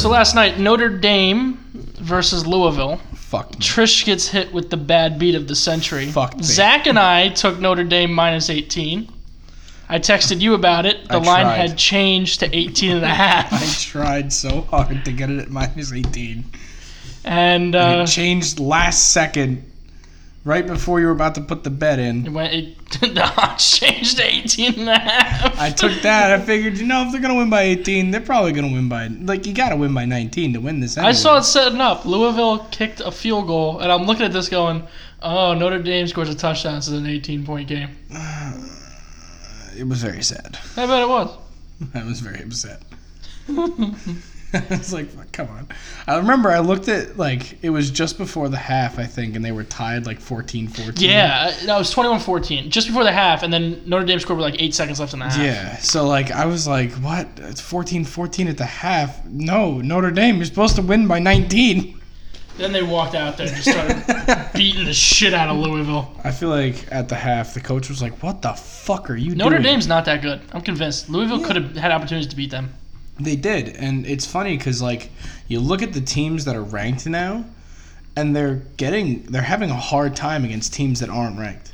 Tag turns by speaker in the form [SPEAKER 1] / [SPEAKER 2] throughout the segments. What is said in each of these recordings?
[SPEAKER 1] So last night, Notre Dame versus Louisville.
[SPEAKER 2] Fuck me.
[SPEAKER 1] Trish gets hit with the bad beat of the century.
[SPEAKER 2] Fucked me.
[SPEAKER 1] Zach and I took Notre Dame minus 18. I texted you about it. The
[SPEAKER 2] I
[SPEAKER 1] line
[SPEAKER 2] tried.
[SPEAKER 1] had changed to 18 and a
[SPEAKER 2] I
[SPEAKER 1] half.
[SPEAKER 2] tried so hard to get it at minus 18.
[SPEAKER 1] And
[SPEAKER 2] And
[SPEAKER 1] uh,
[SPEAKER 2] it changed last second, right before you were about to put the bet in.
[SPEAKER 1] it went, it, the odds changed to 18 and a half.
[SPEAKER 2] I took that. I figured, you know, if they're gonna win by 18, they're probably gonna win by like you gotta win by 19 to win this. Anyway.
[SPEAKER 1] I saw it setting up. Louisville kicked a field goal, and I'm looking at this going, oh, Notre Dame scores a touchdown. This is an 18 point game.
[SPEAKER 2] It was very sad.
[SPEAKER 1] I bet it was.
[SPEAKER 2] I was very upset. I was like, "Fuck, come on. I remember I looked at like it was just before the half, I think, and they were tied like 14-14.
[SPEAKER 1] Yeah,
[SPEAKER 2] Mm-hmm.
[SPEAKER 1] I- no, it was 21 14, just before the half, and then Notre Dame scored with like eight seconds left in the half.
[SPEAKER 2] Yeah. So like I was like, what? It's 14-14 at the half. No, Notre Dame, you're supposed to win by 19.
[SPEAKER 1] Then they walked out there and just started beating the shit out of Louisville.
[SPEAKER 2] I feel like at the half the coach was like, "What the fuck are you doing?"
[SPEAKER 1] Notre Dame's not that good. I'm convinced. Louisville could have had opportunities to beat them.
[SPEAKER 2] They did, and it's funny because like you look at the teams that are ranked now, and they're getting they're having a hard time against teams that aren't ranked,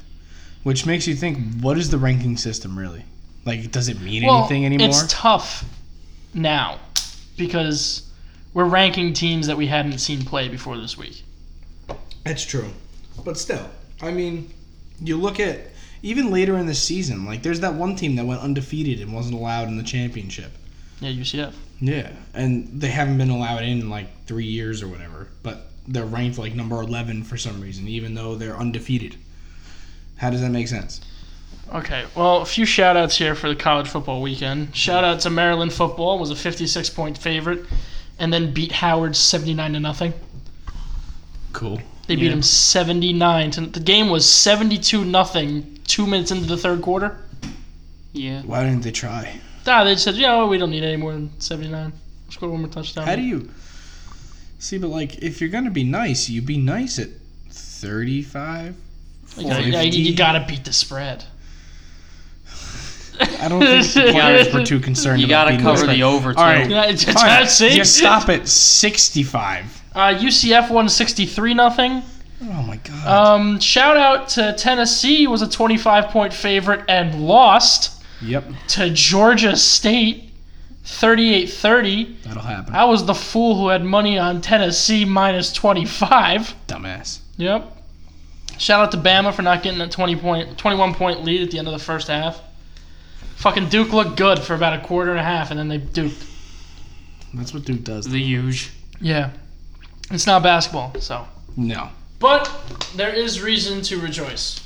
[SPEAKER 2] which makes you think, what is the ranking system really? Like, does it mean anything anymore?
[SPEAKER 1] It's tough now because we're ranking teams that we hadn't seen play before this week.
[SPEAKER 2] That's true, but still, I mean, you look at even later in the season, like there's that one team that went undefeated and wasn't allowed in the championship.
[SPEAKER 1] Yeah, UCF.
[SPEAKER 2] Yeah, and they haven't been allowed in in like three years or whatever, but they're ranked like number 11 for some reason, even though they're undefeated. How does that make sense?
[SPEAKER 1] Okay, well, a few shout outs here for the college football weekend. Shout out to Maryland football, was a 56 point favorite, and then beat Howard 79 to nothing.
[SPEAKER 2] Cool.
[SPEAKER 1] They beat
[SPEAKER 2] Yeah.
[SPEAKER 1] him 79 to the game was 72 nothing 2 minutes into the third quarter. Yeah.
[SPEAKER 2] Why didn't they try?
[SPEAKER 1] Nah, they just said, you know, we don't need any more than 79. Score one more touchdown.
[SPEAKER 2] How do you see? But like, if you're gonna be nice, you be nice at 35.
[SPEAKER 1] You gotta, yeah,
[SPEAKER 2] 50.
[SPEAKER 1] you, you gotta beat the spread.
[SPEAKER 2] I don't think the players were too concerned.
[SPEAKER 3] You
[SPEAKER 2] about
[SPEAKER 3] gotta
[SPEAKER 2] being
[SPEAKER 3] cover
[SPEAKER 2] nice.
[SPEAKER 3] the over too.
[SPEAKER 2] All right.
[SPEAKER 1] Yeah, it's- it's-
[SPEAKER 2] Fine,
[SPEAKER 1] that's it.
[SPEAKER 2] You stop at 65.
[SPEAKER 1] Uh, UCF won 63 nothing.
[SPEAKER 2] Oh my god.
[SPEAKER 1] Um, shout out to Tennessee was a 25 point favorite and lost
[SPEAKER 2] yep,
[SPEAKER 1] to Georgia State 38-30.
[SPEAKER 2] that'll happen.
[SPEAKER 1] I was the fool who had money on Tennessee minus 25.
[SPEAKER 2] Dumbass.
[SPEAKER 1] Yep. Shout out to Bama for not getting that 20 point, 21 point lead at the end of the first half. Fucking Duke looked good for about a quarter and a half, and then they duked.
[SPEAKER 2] That's what Duke does.
[SPEAKER 3] The huge.
[SPEAKER 1] Yeah. It's not basketball, so.
[SPEAKER 2] No.
[SPEAKER 1] But there is reason to rejoice.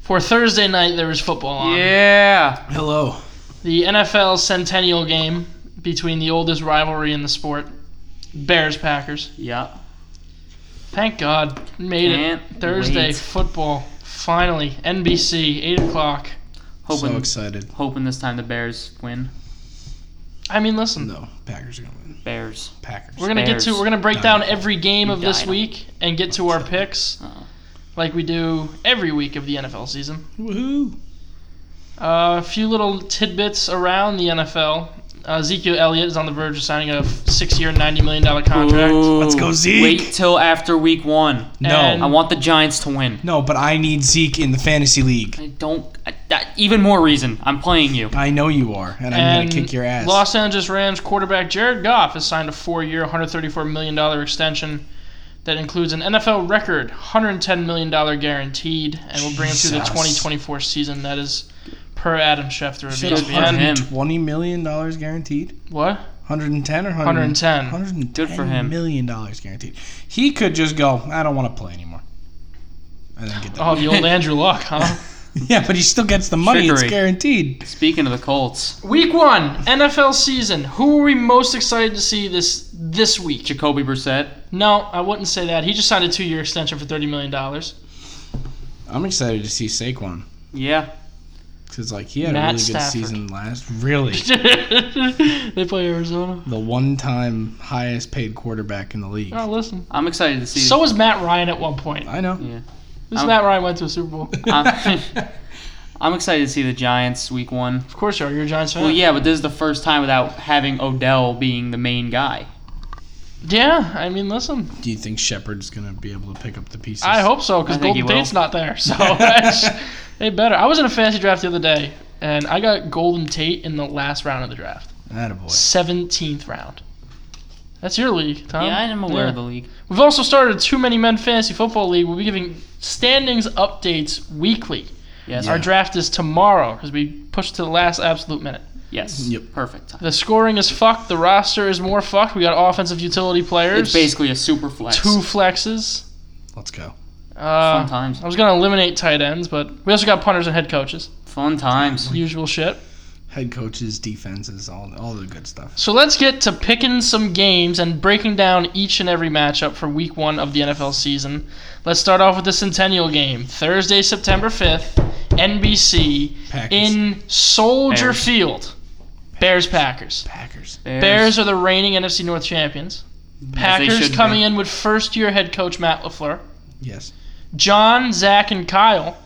[SPEAKER 1] For Thursday night, there was football on.
[SPEAKER 3] Yeah.
[SPEAKER 2] Hello.
[SPEAKER 1] The NFL centennial game between the oldest rivalry in the sport, Bears Packers.
[SPEAKER 3] Yeah.
[SPEAKER 1] Thank God. Made
[SPEAKER 3] Can't
[SPEAKER 1] it. Thursday
[SPEAKER 3] wait.
[SPEAKER 1] football. Finally. NBC, 8 o'clock.
[SPEAKER 2] So
[SPEAKER 3] Hoping,
[SPEAKER 2] excited.
[SPEAKER 3] hoping this time the Bears win.
[SPEAKER 1] I mean, listen.
[SPEAKER 2] No, Packers are gonna win.
[SPEAKER 3] Bears.
[SPEAKER 2] Packers.
[SPEAKER 1] We're gonna get to
[SPEAKER 3] Bears.
[SPEAKER 1] we're gonna break down every game of this
[SPEAKER 3] Dino.
[SPEAKER 1] week and get to our
[SPEAKER 3] Oh.
[SPEAKER 1] picks,
[SPEAKER 3] Uh-oh.
[SPEAKER 1] like we do every week of the NFL season.
[SPEAKER 2] Woohoo!
[SPEAKER 1] Uh, a few little tidbits around the NFL. Uh, Ezekiel Elliott is on the verge of signing a six-year, ninety million dollar contract.
[SPEAKER 3] Ooh.
[SPEAKER 2] Let's go, Zeke.
[SPEAKER 3] Wait till after week one.
[SPEAKER 1] And-
[SPEAKER 3] I want the Giants to win.
[SPEAKER 2] no, but I need Zeke in the fantasy league.
[SPEAKER 3] I don't. I, that, even more reason. I'm playing you.
[SPEAKER 2] I know you are, and I'm
[SPEAKER 1] And
[SPEAKER 2] gonna kick your ass.
[SPEAKER 1] Los Angeles Rams quarterback Jared Goff has signed a four-year, one hundred thirty-four million dollar extension that includes an NFL record, one hundred ten million dollar guaranteed, and will bring him through the
[SPEAKER 2] Jesus.
[SPEAKER 1] twenty twenty-four season. That is per Adam Schefter of E
[SPEAKER 2] Should've
[SPEAKER 3] on
[SPEAKER 1] ESPN.
[SPEAKER 3] him.
[SPEAKER 2] Twenty million dollars guaranteed.
[SPEAKER 1] What?
[SPEAKER 2] 110 or 100?
[SPEAKER 1] 110.
[SPEAKER 2] 110
[SPEAKER 3] Good for him.
[SPEAKER 2] Million dollars guaranteed. He could just go. I don't want to play anymore. And then get the
[SPEAKER 1] Oh, the old Andrew Luck, huh?
[SPEAKER 2] yeah, but he still gets the money. It's
[SPEAKER 3] Trickery.
[SPEAKER 2] guaranteed.
[SPEAKER 3] Speaking of the Colts,
[SPEAKER 1] Week one, NFL season. Who are we most excited to see this this week?
[SPEAKER 3] Jacoby Brissett.
[SPEAKER 1] No, I wouldn't say that. He just signed a two-year extension for thirty million dollars.
[SPEAKER 2] I'm excited to see Saquon
[SPEAKER 3] Yeah.
[SPEAKER 2] because like he had
[SPEAKER 1] Matt
[SPEAKER 2] a really
[SPEAKER 1] Stafford.
[SPEAKER 2] good season last. Really,
[SPEAKER 1] they play Arizona.
[SPEAKER 2] the one-time highest-paid quarterback in the league.
[SPEAKER 1] Oh, listen.
[SPEAKER 3] I'm excited to see.
[SPEAKER 1] So was Matt Ryan at one point.
[SPEAKER 2] I know.
[SPEAKER 1] This
[SPEAKER 3] I'm-
[SPEAKER 1] Matt Ryan went to a Super Bowl.
[SPEAKER 3] I'm- I'm excited to see the Giants week one.
[SPEAKER 1] Of course you are. You're a Giants fan.
[SPEAKER 3] Well, yeah, but this is the first time without having Odell being the main guy.
[SPEAKER 1] Yeah, I mean, listen,
[SPEAKER 2] Do you think Shepard's gonna be able to pick up the pieces?
[SPEAKER 1] I hope so because
[SPEAKER 3] I think he
[SPEAKER 1] Golden Tate's not there. So that's, they better. I was in a fantasy draft the other day, and I got Golden Tate in the last round of the draft,
[SPEAKER 2] Attaboy.
[SPEAKER 1] seventeenth round. That's your league, Tom.
[SPEAKER 3] yeah, I am aware of
[SPEAKER 1] Yeah.
[SPEAKER 3] the league.
[SPEAKER 1] We've also started a Too Many Men Fantasy Football League. We'll be giving standings updates weekly.
[SPEAKER 3] Yes.
[SPEAKER 1] Our draft is tomorrow because we pushed to the last absolute minute.
[SPEAKER 3] Yes.
[SPEAKER 2] Yep.
[SPEAKER 3] Perfect time.
[SPEAKER 1] The scoring is fucked. The roster is more fucked. We got offensive utility players.
[SPEAKER 3] It's basically a super flex.
[SPEAKER 1] two flexes.
[SPEAKER 2] Let's go.
[SPEAKER 1] Uh,
[SPEAKER 3] Fun times.
[SPEAKER 1] I was gonna eliminate tight ends, but we also got punters and head coaches.
[SPEAKER 3] Fun times.
[SPEAKER 1] Usual shit.
[SPEAKER 2] Head coaches, defenses, all all the good stuff.
[SPEAKER 1] So let's get to picking some games and breaking down each and every matchup for week one of the NFL season. Let's start off with the Centennial game. Thursday, September 5th, NBC
[SPEAKER 2] Packers.
[SPEAKER 1] in Soldier
[SPEAKER 3] Bears.
[SPEAKER 1] Field. Bears Packers.
[SPEAKER 2] Packers.
[SPEAKER 1] Bears are the reigning NFC North champions. Packers
[SPEAKER 3] should
[SPEAKER 1] coming
[SPEAKER 3] be.
[SPEAKER 1] in with first year head coach Matt LaFleur.
[SPEAKER 2] Yes.
[SPEAKER 1] John, Zach, and Kyle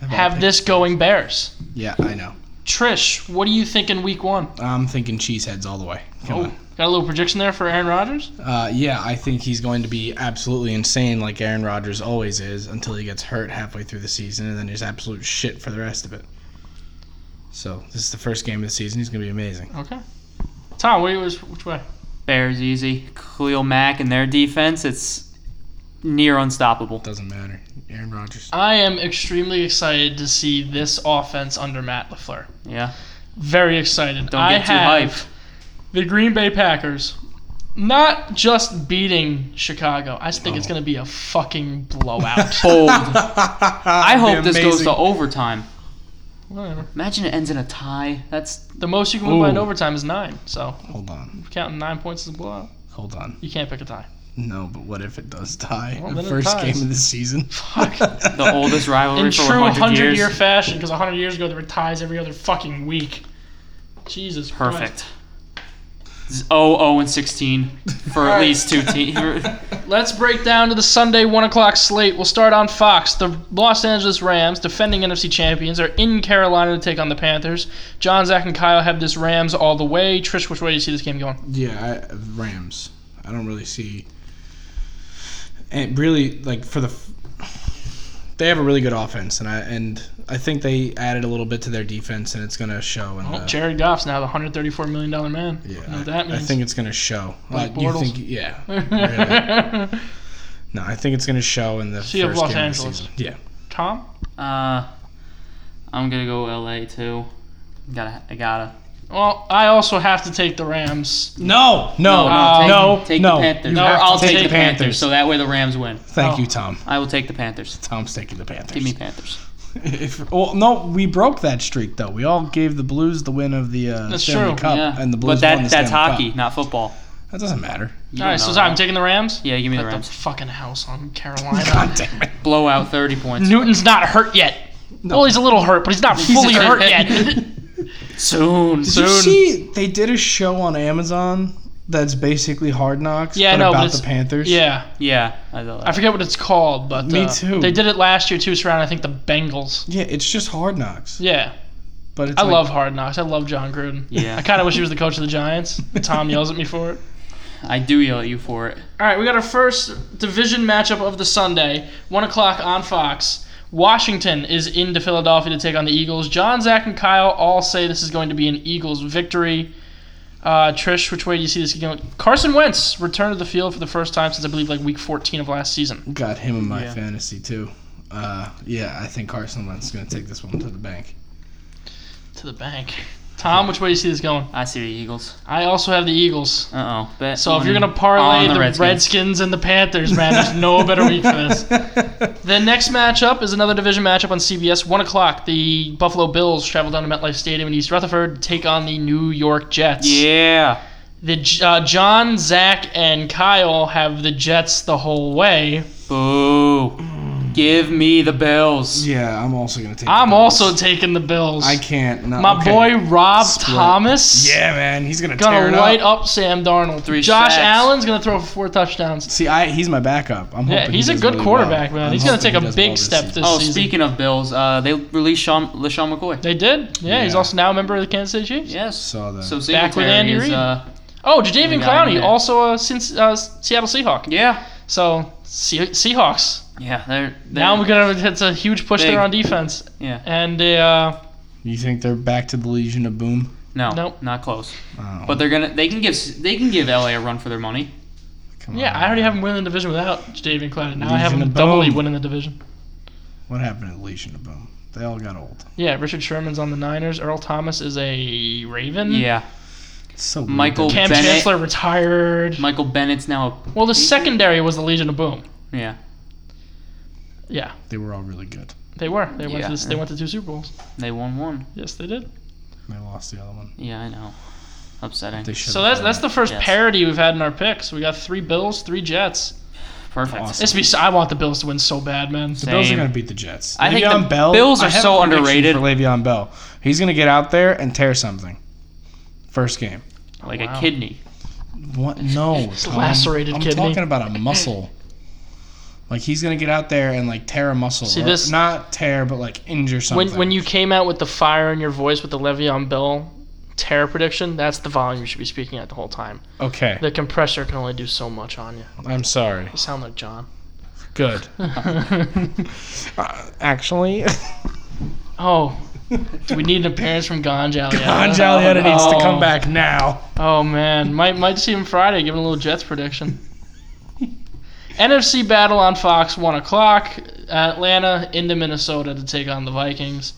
[SPEAKER 2] Have, all
[SPEAKER 1] have
[SPEAKER 2] pick-
[SPEAKER 1] this going Bears.
[SPEAKER 2] Yeah, I know.
[SPEAKER 1] Trish, what do you think in week one?
[SPEAKER 2] I'm thinking cheeseheads all the way. Come
[SPEAKER 1] Oh,
[SPEAKER 2] on.
[SPEAKER 1] got a little prediction there for Aaron Rodgers?
[SPEAKER 2] Uh, yeah, I think he's going to be absolutely insane, like Aaron Rodgers always is, until he gets hurt halfway through the season, and then he's absolute shit for the rest of it. So this is the first game of the season. He's going to be amazing.
[SPEAKER 1] Okay. Tom, what was which way?
[SPEAKER 3] Bears easy. Khalil Mack and their defense, it's near unstoppable.
[SPEAKER 2] Doesn't matter. Aaron Rodgers.
[SPEAKER 1] I am extremely excited to see this offense under Matt LaFleur.
[SPEAKER 3] Yeah.
[SPEAKER 1] Very excited.
[SPEAKER 3] Don't
[SPEAKER 1] I
[SPEAKER 3] get too
[SPEAKER 1] have
[SPEAKER 3] hype.
[SPEAKER 1] The Green Bay Packers not just beating Chicago. I just think it's going to be a fucking blowout.
[SPEAKER 3] Bold. I
[SPEAKER 2] I
[SPEAKER 3] hope this goes to overtime.
[SPEAKER 1] Whatever.
[SPEAKER 3] Imagine it ends in a tie. That's
[SPEAKER 1] The most you can win by an
[SPEAKER 2] Ooh.
[SPEAKER 1] overtime is 9. So,
[SPEAKER 2] Hold on.
[SPEAKER 1] counting 9 points as a blowout,
[SPEAKER 2] Hold on.
[SPEAKER 1] you can't pick a tie.
[SPEAKER 2] No, but what if it does tie?
[SPEAKER 1] Well,
[SPEAKER 2] the
[SPEAKER 1] then it
[SPEAKER 2] first
[SPEAKER 1] ties.
[SPEAKER 2] game of the season.
[SPEAKER 1] Fuck.
[SPEAKER 3] the oldest rivalry
[SPEAKER 1] in
[SPEAKER 3] for
[SPEAKER 1] true
[SPEAKER 3] 100,
[SPEAKER 1] 100
[SPEAKER 3] years.
[SPEAKER 1] year fashion because 100 years ago there were ties every other fucking week jesus Christ.
[SPEAKER 3] Perfect. This is 0 0 and 16 for at least two teams. Uh,
[SPEAKER 1] let's break down to the sunday 1 o'clock slate we'll start on fox the los angeles rams defending nfc champions are in carolina to take on the panthers john zach and kyle have this rams all the way trish which way do you see this game going
[SPEAKER 2] Yeah, I, Rams. I don't really see. And really, like for the, f- they have a really good offense, and I and I think they added a little bit to their defense, and it's gonna show. In
[SPEAKER 1] well,
[SPEAKER 2] the,
[SPEAKER 1] jared goff's now the 134 million dollar man You
[SPEAKER 2] yeah,
[SPEAKER 1] know
[SPEAKER 2] I,
[SPEAKER 1] what Oh, that means
[SPEAKER 2] I think it's gonna show. Uh,
[SPEAKER 1] Blake
[SPEAKER 2] you
[SPEAKER 1] Bortles?
[SPEAKER 2] think? Yeah. really. No, I think it's gonna show in the
[SPEAKER 1] See you
[SPEAKER 2] first
[SPEAKER 1] of Los
[SPEAKER 2] game
[SPEAKER 1] Angeles.
[SPEAKER 2] of the season.
[SPEAKER 1] tom
[SPEAKER 3] Uh, I'm going to go LA too. Gotta, I gotta.
[SPEAKER 1] well i also have to take the rams
[SPEAKER 2] Yeah. No, no,
[SPEAKER 1] no,
[SPEAKER 2] no,
[SPEAKER 1] take-
[SPEAKER 2] no.
[SPEAKER 3] Oh, take the Panthers.
[SPEAKER 2] You
[SPEAKER 3] Or
[SPEAKER 2] have to
[SPEAKER 3] I'll
[SPEAKER 2] take,
[SPEAKER 3] take
[SPEAKER 2] the Panthers.
[SPEAKER 3] so that way the Rams win.
[SPEAKER 2] Thank
[SPEAKER 1] Oh.
[SPEAKER 2] you, Tom.
[SPEAKER 3] I will take the Panthers.
[SPEAKER 2] Tom's taking the Panthers.
[SPEAKER 3] Give me Panthers.
[SPEAKER 2] If, well, no, we broke that streak though. We all gave the Blues the win of the uh,
[SPEAKER 1] That's
[SPEAKER 2] Stanley
[SPEAKER 1] true,
[SPEAKER 2] Cup,
[SPEAKER 3] yeah,
[SPEAKER 2] and the Blues
[SPEAKER 3] but that,
[SPEAKER 2] won the
[SPEAKER 3] that's
[SPEAKER 2] Stanley
[SPEAKER 3] hockey,
[SPEAKER 2] Cup.
[SPEAKER 3] not football.
[SPEAKER 2] That doesn't matter.
[SPEAKER 3] You
[SPEAKER 1] all right
[SPEAKER 3] don't
[SPEAKER 1] so
[SPEAKER 3] know
[SPEAKER 1] i'm
[SPEAKER 3] that.
[SPEAKER 1] taking the rams
[SPEAKER 3] Yeah, give me the
[SPEAKER 1] Put the
[SPEAKER 3] Rams.
[SPEAKER 1] fucking house on Carolina.
[SPEAKER 2] God damn it!
[SPEAKER 3] Blow out 30 points.
[SPEAKER 1] Newton's not hurt yet. Well, he's a little hurt, but he's not fully hurt yet.
[SPEAKER 3] Soon.
[SPEAKER 2] Did you see they did a show on Amazon that's basically Hard Knocks,
[SPEAKER 1] Yeah, I
[SPEAKER 2] but
[SPEAKER 1] know, but
[SPEAKER 2] about
[SPEAKER 1] it's-
[SPEAKER 2] the Panthers.
[SPEAKER 1] yeah,
[SPEAKER 3] Yeah, I know
[SPEAKER 1] I
[SPEAKER 3] that.
[SPEAKER 1] forget what it's called, but
[SPEAKER 2] Me
[SPEAKER 1] uh,
[SPEAKER 2] too.
[SPEAKER 1] They did it last year too, surrounding I think the Bengals.
[SPEAKER 2] yeah, it's just Hard Knocks.
[SPEAKER 1] Yeah,
[SPEAKER 2] But it's
[SPEAKER 1] I
[SPEAKER 2] like-
[SPEAKER 1] love Hard Knocks. I love John Gruden.
[SPEAKER 3] Yeah.
[SPEAKER 1] I kind of wish he was the coach of the Giants. Tom yells at me for it.
[SPEAKER 3] I do yell at you for it.
[SPEAKER 1] All right, we got our first division matchup of the Sunday, one o'clock on Fox. Washington is into Philadelphia to take on the Eagles. John, Zach, and Kyle all say this is going to be an Eagles victory. Uh, Trish, which way do you see this going? Carson Wentz returned to the field for the first time since I believe like week 14 of last season.
[SPEAKER 2] Got him in my
[SPEAKER 3] Yeah.
[SPEAKER 2] fantasy too. Uh, yeah, I think Carson Wentz is going to take this one to the bank.
[SPEAKER 1] To the bank. Tom, which way do you see this going?
[SPEAKER 3] I see the Eagles.
[SPEAKER 1] I also have the Eagles.
[SPEAKER 3] Uh oh. Bet
[SPEAKER 1] So if you're
[SPEAKER 3] money
[SPEAKER 1] gonna parlay
[SPEAKER 3] on
[SPEAKER 1] the, Redskins. and the Panthers, man, there's no better week for this. The next matchup is another division matchup on CBS. One o'clock. The Buffalo Bills travel down to MetLife Stadium in East Rutherford to take on the New York Jets.
[SPEAKER 3] Yeah.
[SPEAKER 1] The J- uh, John, Zach, and Kyle have the Jets the whole way.
[SPEAKER 3] Boo. Give me the Bills.
[SPEAKER 2] Yeah, I'm also gonna take. the
[SPEAKER 1] I'm
[SPEAKER 2] Bills.
[SPEAKER 1] also taking the Bills.
[SPEAKER 2] I can't. No,
[SPEAKER 1] My
[SPEAKER 2] okay.
[SPEAKER 1] boy Rob
[SPEAKER 2] Split.
[SPEAKER 1] Thomas.
[SPEAKER 2] Yeah, man, he's gonna, tear it
[SPEAKER 1] Gonna light
[SPEAKER 2] up.
[SPEAKER 1] up. Sam Darnold.
[SPEAKER 3] Three
[SPEAKER 1] Josh
[SPEAKER 3] sacks.
[SPEAKER 1] Allen's gonna throw for four touchdowns.
[SPEAKER 2] See, I he's my backup. I'm
[SPEAKER 1] Yeah,
[SPEAKER 2] hoping
[SPEAKER 1] he's
[SPEAKER 2] he
[SPEAKER 1] a
[SPEAKER 2] does
[SPEAKER 1] good
[SPEAKER 2] really
[SPEAKER 1] quarterback,
[SPEAKER 2] well.
[SPEAKER 1] man.
[SPEAKER 2] I'm
[SPEAKER 1] He's gonna
[SPEAKER 2] hoping
[SPEAKER 1] take
[SPEAKER 2] he
[SPEAKER 1] a
[SPEAKER 2] does
[SPEAKER 1] big
[SPEAKER 2] well
[SPEAKER 1] step
[SPEAKER 2] season.
[SPEAKER 1] this
[SPEAKER 3] Oh,
[SPEAKER 1] season.
[SPEAKER 3] speaking of Bills, uh, they released Sean, LaShawn McCoy.
[SPEAKER 1] They did. Yeah, he's
[SPEAKER 2] Yeah.
[SPEAKER 1] also now a member of the Kansas City Chiefs.
[SPEAKER 3] Yes.
[SPEAKER 2] Saw that.
[SPEAKER 3] So
[SPEAKER 1] Back with
[SPEAKER 3] Singletary
[SPEAKER 1] Andy
[SPEAKER 3] is,
[SPEAKER 1] Reid.
[SPEAKER 3] uh,
[SPEAKER 1] Oh, Jadavian
[SPEAKER 3] The guy in
[SPEAKER 1] Clowney,
[SPEAKER 3] there. also
[SPEAKER 1] also a since Seattle Seahawk.
[SPEAKER 3] yeah,
[SPEAKER 1] So Seahawks.
[SPEAKER 3] yeah. They're, they're
[SPEAKER 1] Now we're gonna it's a huge push
[SPEAKER 3] Big.
[SPEAKER 1] there on defense,
[SPEAKER 3] yeah.
[SPEAKER 1] and uh,
[SPEAKER 2] You think they're back to the Legion of Boom?
[SPEAKER 3] No,
[SPEAKER 1] Nope.
[SPEAKER 3] not close.
[SPEAKER 2] Oh,
[SPEAKER 3] But they're gonna they can give they can give LA a run for their money.
[SPEAKER 1] Mm-hmm.
[SPEAKER 2] come
[SPEAKER 1] yeah,
[SPEAKER 2] on.
[SPEAKER 1] I already have him winning the division without Jadavian Clowney. Now I
[SPEAKER 2] Legion
[SPEAKER 1] have him
[SPEAKER 2] of
[SPEAKER 1] doubly
[SPEAKER 2] boom.
[SPEAKER 1] winning the division.
[SPEAKER 2] What happened at Legion of Boom? They all got old.
[SPEAKER 1] Yeah, Richard Sherman's on the Niners. Earl Thomas is a Raven.
[SPEAKER 3] Yeah.
[SPEAKER 2] It's so weird
[SPEAKER 3] Michael-
[SPEAKER 2] that-
[SPEAKER 1] Cam
[SPEAKER 3] Bennett.
[SPEAKER 1] Chancellor retired.
[SPEAKER 3] Michael Bennett's now
[SPEAKER 1] Well, the secondary was the Legion of Boom.
[SPEAKER 3] a yeah.
[SPEAKER 1] Yeah,
[SPEAKER 2] They were all really good.
[SPEAKER 1] they were. They went
[SPEAKER 3] Yeah.
[SPEAKER 1] to this, they went to two Super Bowls.
[SPEAKER 3] They won one.
[SPEAKER 1] Yes, they did.
[SPEAKER 2] They lost the other one.
[SPEAKER 3] Yeah, I know. Upsetting.
[SPEAKER 2] They should.
[SPEAKER 1] So that's that's the first
[SPEAKER 3] Yes.
[SPEAKER 1] parity we've had in our picks. We got three Bills, three Jets.
[SPEAKER 3] Perfect.
[SPEAKER 2] Awesome.
[SPEAKER 1] This be so- I want the Bills to win so bad, man.
[SPEAKER 2] The Bills are
[SPEAKER 3] Same.
[SPEAKER 2] going to beat the Jets.
[SPEAKER 3] I think the
[SPEAKER 2] Le'Veon Bell,
[SPEAKER 3] Bills
[SPEAKER 2] I
[SPEAKER 3] are
[SPEAKER 2] have
[SPEAKER 3] so
[SPEAKER 2] a prediction
[SPEAKER 3] underrated.
[SPEAKER 2] For Le'Veon Bell, he's going to get out there and tear something. First game.
[SPEAKER 3] Like
[SPEAKER 1] Wow.
[SPEAKER 3] a kidney.
[SPEAKER 2] What? No,
[SPEAKER 1] It's
[SPEAKER 2] Tom.
[SPEAKER 1] lacerated
[SPEAKER 2] I'm
[SPEAKER 1] kidney.
[SPEAKER 2] talking about a muscle. Like he's gonna get out there and like tear a muscle.
[SPEAKER 1] See,
[SPEAKER 2] or
[SPEAKER 1] this-
[SPEAKER 2] not tear, but like injure something.
[SPEAKER 1] When when you came out with the fire in your voice with the Le'Veon Bell terror prediction, that's the volume you should be speaking at the whole time.
[SPEAKER 2] okay,
[SPEAKER 1] The compressor can only do so much on you.
[SPEAKER 2] I'm sorry.
[SPEAKER 1] You sound like John.
[SPEAKER 2] Good. Uh, actually,
[SPEAKER 1] oh, we need an appearance from Gonjal.
[SPEAKER 2] John Jalietta
[SPEAKER 1] oh,
[SPEAKER 2] needs to
[SPEAKER 1] no.
[SPEAKER 2] come back now.
[SPEAKER 1] Oh man, might might see him Friday giving a little Jets prediction. NFC battle on Fox, one o'clock. Atlanta into Minnesota to take on the Vikings.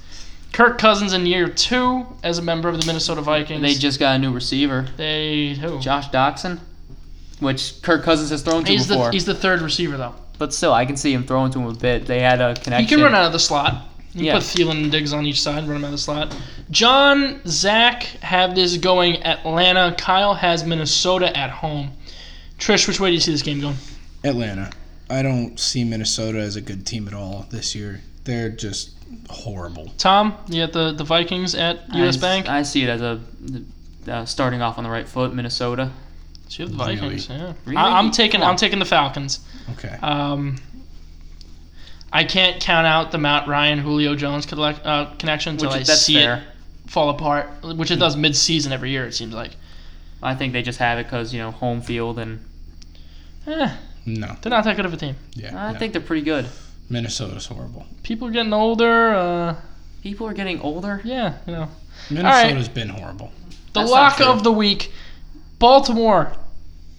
[SPEAKER 1] Kirk Cousins in year two as a member of the Minnesota Vikings.
[SPEAKER 3] They just got a new receiver,
[SPEAKER 1] they who?
[SPEAKER 3] Josh Doxson, which Kirk Cousins has thrown to
[SPEAKER 1] He's the
[SPEAKER 3] before.
[SPEAKER 1] he's the third receiver though.
[SPEAKER 3] but still, I can see him throwing to him a bit. They had a
[SPEAKER 1] He
[SPEAKER 3] connection.
[SPEAKER 1] can run out of the slot. You
[SPEAKER 3] Yeah.
[SPEAKER 1] put Thielen and Diggs on each side, run him out of the slot. John, Zach have this going Atlanta. Kyle has Minnesota at home. Trish, which way do you see this game going?
[SPEAKER 2] Atlanta. I don't see Minnesota as a good team at all this year. They're just horrible.
[SPEAKER 1] Tom, you got the, the Vikings at
[SPEAKER 3] I
[SPEAKER 1] US
[SPEAKER 3] s-
[SPEAKER 1] Bank?
[SPEAKER 3] I see it as a uh, starting off on the right foot, Minnesota.
[SPEAKER 1] So you have the Vikings, yeah.
[SPEAKER 3] Really?
[SPEAKER 1] I, I'm taking
[SPEAKER 3] Come
[SPEAKER 1] I'm
[SPEAKER 3] on.
[SPEAKER 1] taking the Falcons.
[SPEAKER 2] Okay.
[SPEAKER 1] Um, I can't count out the Mount Ryan Julio Jones collect, uh, connection until
[SPEAKER 3] Which
[SPEAKER 1] I
[SPEAKER 3] that's
[SPEAKER 1] see
[SPEAKER 3] fair. Hmm.
[SPEAKER 1] it fall apart, which it does mid season every year. It seems like
[SPEAKER 3] I think they just have it because you know home field, and
[SPEAKER 1] eh,
[SPEAKER 2] No.
[SPEAKER 1] they're not that good of a team.
[SPEAKER 2] Yeah.
[SPEAKER 3] I
[SPEAKER 2] no.
[SPEAKER 3] think they're pretty good.
[SPEAKER 2] Minnesota's horrible.
[SPEAKER 1] People are getting older. Uh,
[SPEAKER 3] People are getting older.
[SPEAKER 1] yeah, you know right.
[SPEAKER 2] Minnesota's been horrible.
[SPEAKER 1] the
[SPEAKER 3] That's not
[SPEAKER 1] lock
[SPEAKER 3] true.
[SPEAKER 1] of the week: Baltimore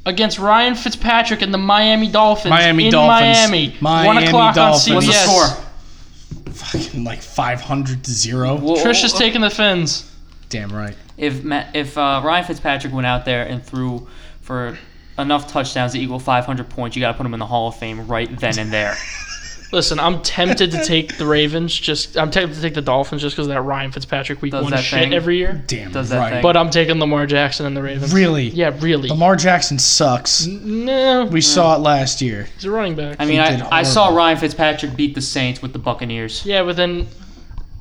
[SPEAKER 1] against Ryan Fitzpatrick and the Miami Dolphins
[SPEAKER 2] Miami
[SPEAKER 1] in
[SPEAKER 2] Dolphins.
[SPEAKER 1] Miami. One
[SPEAKER 2] Miami
[SPEAKER 1] o'clock
[SPEAKER 2] Dolphins.
[SPEAKER 1] on CBS.
[SPEAKER 3] What's
[SPEAKER 2] What's the
[SPEAKER 3] the
[SPEAKER 2] Yes.
[SPEAKER 3] score?
[SPEAKER 2] Fucking like 500 to
[SPEAKER 3] Whoa,
[SPEAKER 2] 0.
[SPEAKER 3] whoa,
[SPEAKER 1] Trish is
[SPEAKER 3] whoa.
[SPEAKER 1] taking the Fins.
[SPEAKER 2] Damn right.
[SPEAKER 3] If Ma- if uh, Ryan Fitzpatrick went out there and threw for enough touchdowns to equal 500 points, you got to put him in the Hall of Fame right then and there.
[SPEAKER 1] Listen, I'm tempted to take the Ravens. Just I'm tempted to take the Dolphins just because that Ryan Fitzpatrick week
[SPEAKER 3] Does
[SPEAKER 1] one
[SPEAKER 3] that
[SPEAKER 1] shit
[SPEAKER 3] thing.
[SPEAKER 1] every year.
[SPEAKER 2] Damn
[SPEAKER 3] Does that
[SPEAKER 2] right.
[SPEAKER 3] thing.
[SPEAKER 1] But I'm taking Lamar Jackson and the Ravens.
[SPEAKER 2] Really?
[SPEAKER 1] Yeah, really.
[SPEAKER 2] Lamar Jackson sucks.
[SPEAKER 1] no,
[SPEAKER 2] We saw it last year.
[SPEAKER 1] he's a running back.
[SPEAKER 3] I mean,
[SPEAKER 2] did
[SPEAKER 3] I, I saw
[SPEAKER 2] horrible.
[SPEAKER 3] Ryan Fitzpatrick beat the Saints with the Buccaneers.
[SPEAKER 1] yeah, but then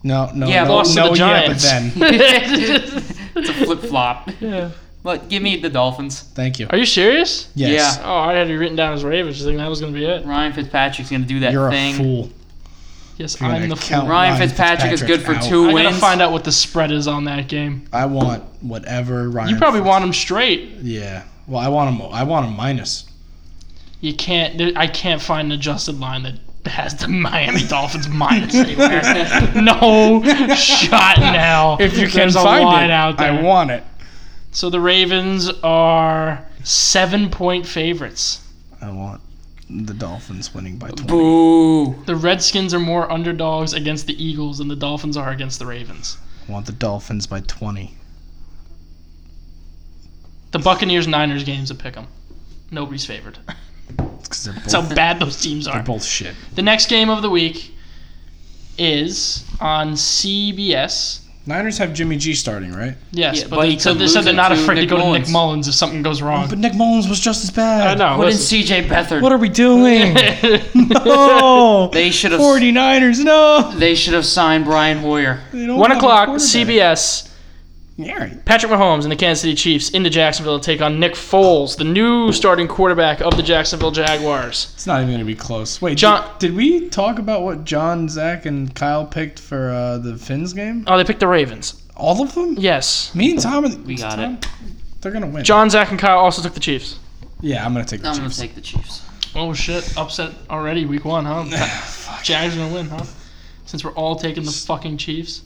[SPEAKER 2] No, no,
[SPEAKER 3] Yeah,
[SPEAKER 2] no,
[SPEAKER 1] lost
[SPEAKER 2] no,
[SPEAKER 1] to the
[SPEAKER 2] yeah,
[SPEAKER 1] Giants.
[SPEAKER 2] but then.
[SPEAKER 3] It's a flip flop.
[SPEAKER 1] yeah.
[SPEAKER 3] But give me the Dolphins.
[SPEAKER 2] Thank you.
[SPEAKER 1] Are you serious?
[SPEAKER 2] Yes.
[SPEAKER 3] Yeah.
[SPEAKER 1] Oh, I had it written down as Ravens. Just thinking that was gonna be it.
[SPEAKER 3] Ryan Fitzpatrick's gonna do that
[SPEAKER 2] You're
[SPEAKER 3] thing.
[SPEAKER 2] a fool.
[SPEAKER 1] Yes,
[SPEAKER 2] You're
[SPEAKER 1] I'm
[SPEAKER 2] gonna
[SPEAKER 1] the
[SPEAKER 2] count
[SPEAKER 1] fool.
[SPEAKER 3] Ryan Fitzpatrick is good for
[SPEAKER 2] out.
[SPEAKER 3] two
[SPEAKER 1] I gotta
[SPEAKER 3] wins.
[SPEAKER 1] find out what the spread is on that game.
[SPEAKER 2] I want whatever Ryan.
[SPEAKER 1] You probably want him straight.
[SPEAKER 2] Yeah. Well, I want him. I want him minus.
[SPEAKER 1] You can't. there- I can't find an adjusted line that has the Miami Dolphins minus anywhere. no shot now. There's a line out there.
[SPEAKER 2] I want it.
[SPEAKER 1] So the Ravens are seven point favorites.
[SPEAKER 2] I want the Dolphins winning by 20.
[SPEAKER 3] Boo!
[SPEAKER 1] The Redskins are more underdogs against the Eagles than the Dolphins are against the Ravens.
[SPEAKER 2] I want the Dolphins by 20.
[SPEAKER 1] The Buccaneers Niners game's a pick 'em. Nobody's favored.
[SPEAKER 2] Because they're both,
[SPEAKER 1] That's how bad those teams
[SPEAKER 2] they're
[SPEAKER 1] are.
[SPEAKER 2] both shit.
[SPEAKER 1] The next game of the week is on CBS.
[SPEAKER 2] Niners have Jimmy G starting, right?
[SPEAKER 1] Yes,
[SPEAKER 3] Yeah,
[SPEAKER 1] but,
[SPEAKER 3] but
[SPEAKER 1] they,
[SPEAKER 3] he
[SPEAKER 1] so
[SPEAKER 3] could
[SPEAKER 1] they said
[SPEAKER 3] lose
[SPEAKER 1] they're
[SPEAKER 3] it
[SPEAKER 1] not
[SPEAKER 3] to
[SPEAKER 1] afraid
[SPEAKER 3] Nick
[SPEAKER 1] to go to Nick
[SPEAKER 3] Mullins.
[SPEAKER 1] Mullins if something goes wrong.
[SPEAKER 2] But Nick Mullins was just as
[SPEAKER 1] I
[SPEAKER 2] bad.
[SPEAKER 1] know.
[SPEAKER 3] Put in
[SPEAKER 1] listen.
[SPEAKER 3] C.J. Beathard.
[SPEAKER 2] What are we doing? no.
[SPEAKER 3] They should have-
[SPEAKER 2] 49ers, no.
[SPEAKER 3] they should have signed Brian Hoyer.
[SPEAKER 2] They don't
[SPEAKER 1] One
[SPEAKER 2] have a
[SPEAKER 1] o'clock,
[SPEAKER 2] quarterback.
[SPEAKER 1] CBS.
[SPEAKER 2] Yeah, right.
[SPEAKER 1] Patrick Mahomes and the Kansas City Chiefs into Jacksonville to take on Nick Foles, the new starting quarterback of the Jacksonville Jaguars.
[SPEAKER 2] It's not even going to be close. Wait,
[SPEAKER 1] John-
[SPEAKER 2] Did, did we talk about what John, Zach, and Kyle picked for uh, the Finns game?
[SPEAKER 1] Oh, they picked the Ravens.
[SPEAKER 2] All of them?
[SPEAKER 1] Yes.
[SPEAKER 2] Me and Tom. and-
[SPEAKER 3] We got
[SPEAKER 2] Tom,
[SPEAKER 3] it.
[SPEAKER 2] They're gonna win.
[SPEAKER 1] John, Zach, and Kyle also took the Chiefs.
[SPEAKER 2] Yeah, I'm gonna take the
[SPEAKER 3] I'm going to
[SPEAKER 2] Chiefs.
[SPEAKER 3] take the Chiefs.
[SPEAKER 1] Oh shit! Upset already, week one, huh?
[SPEAKER 2] Ah, Fuck.
[SPEAKER 1] Jags gonna win, huh? Since we're all taking the fucking Chiefs.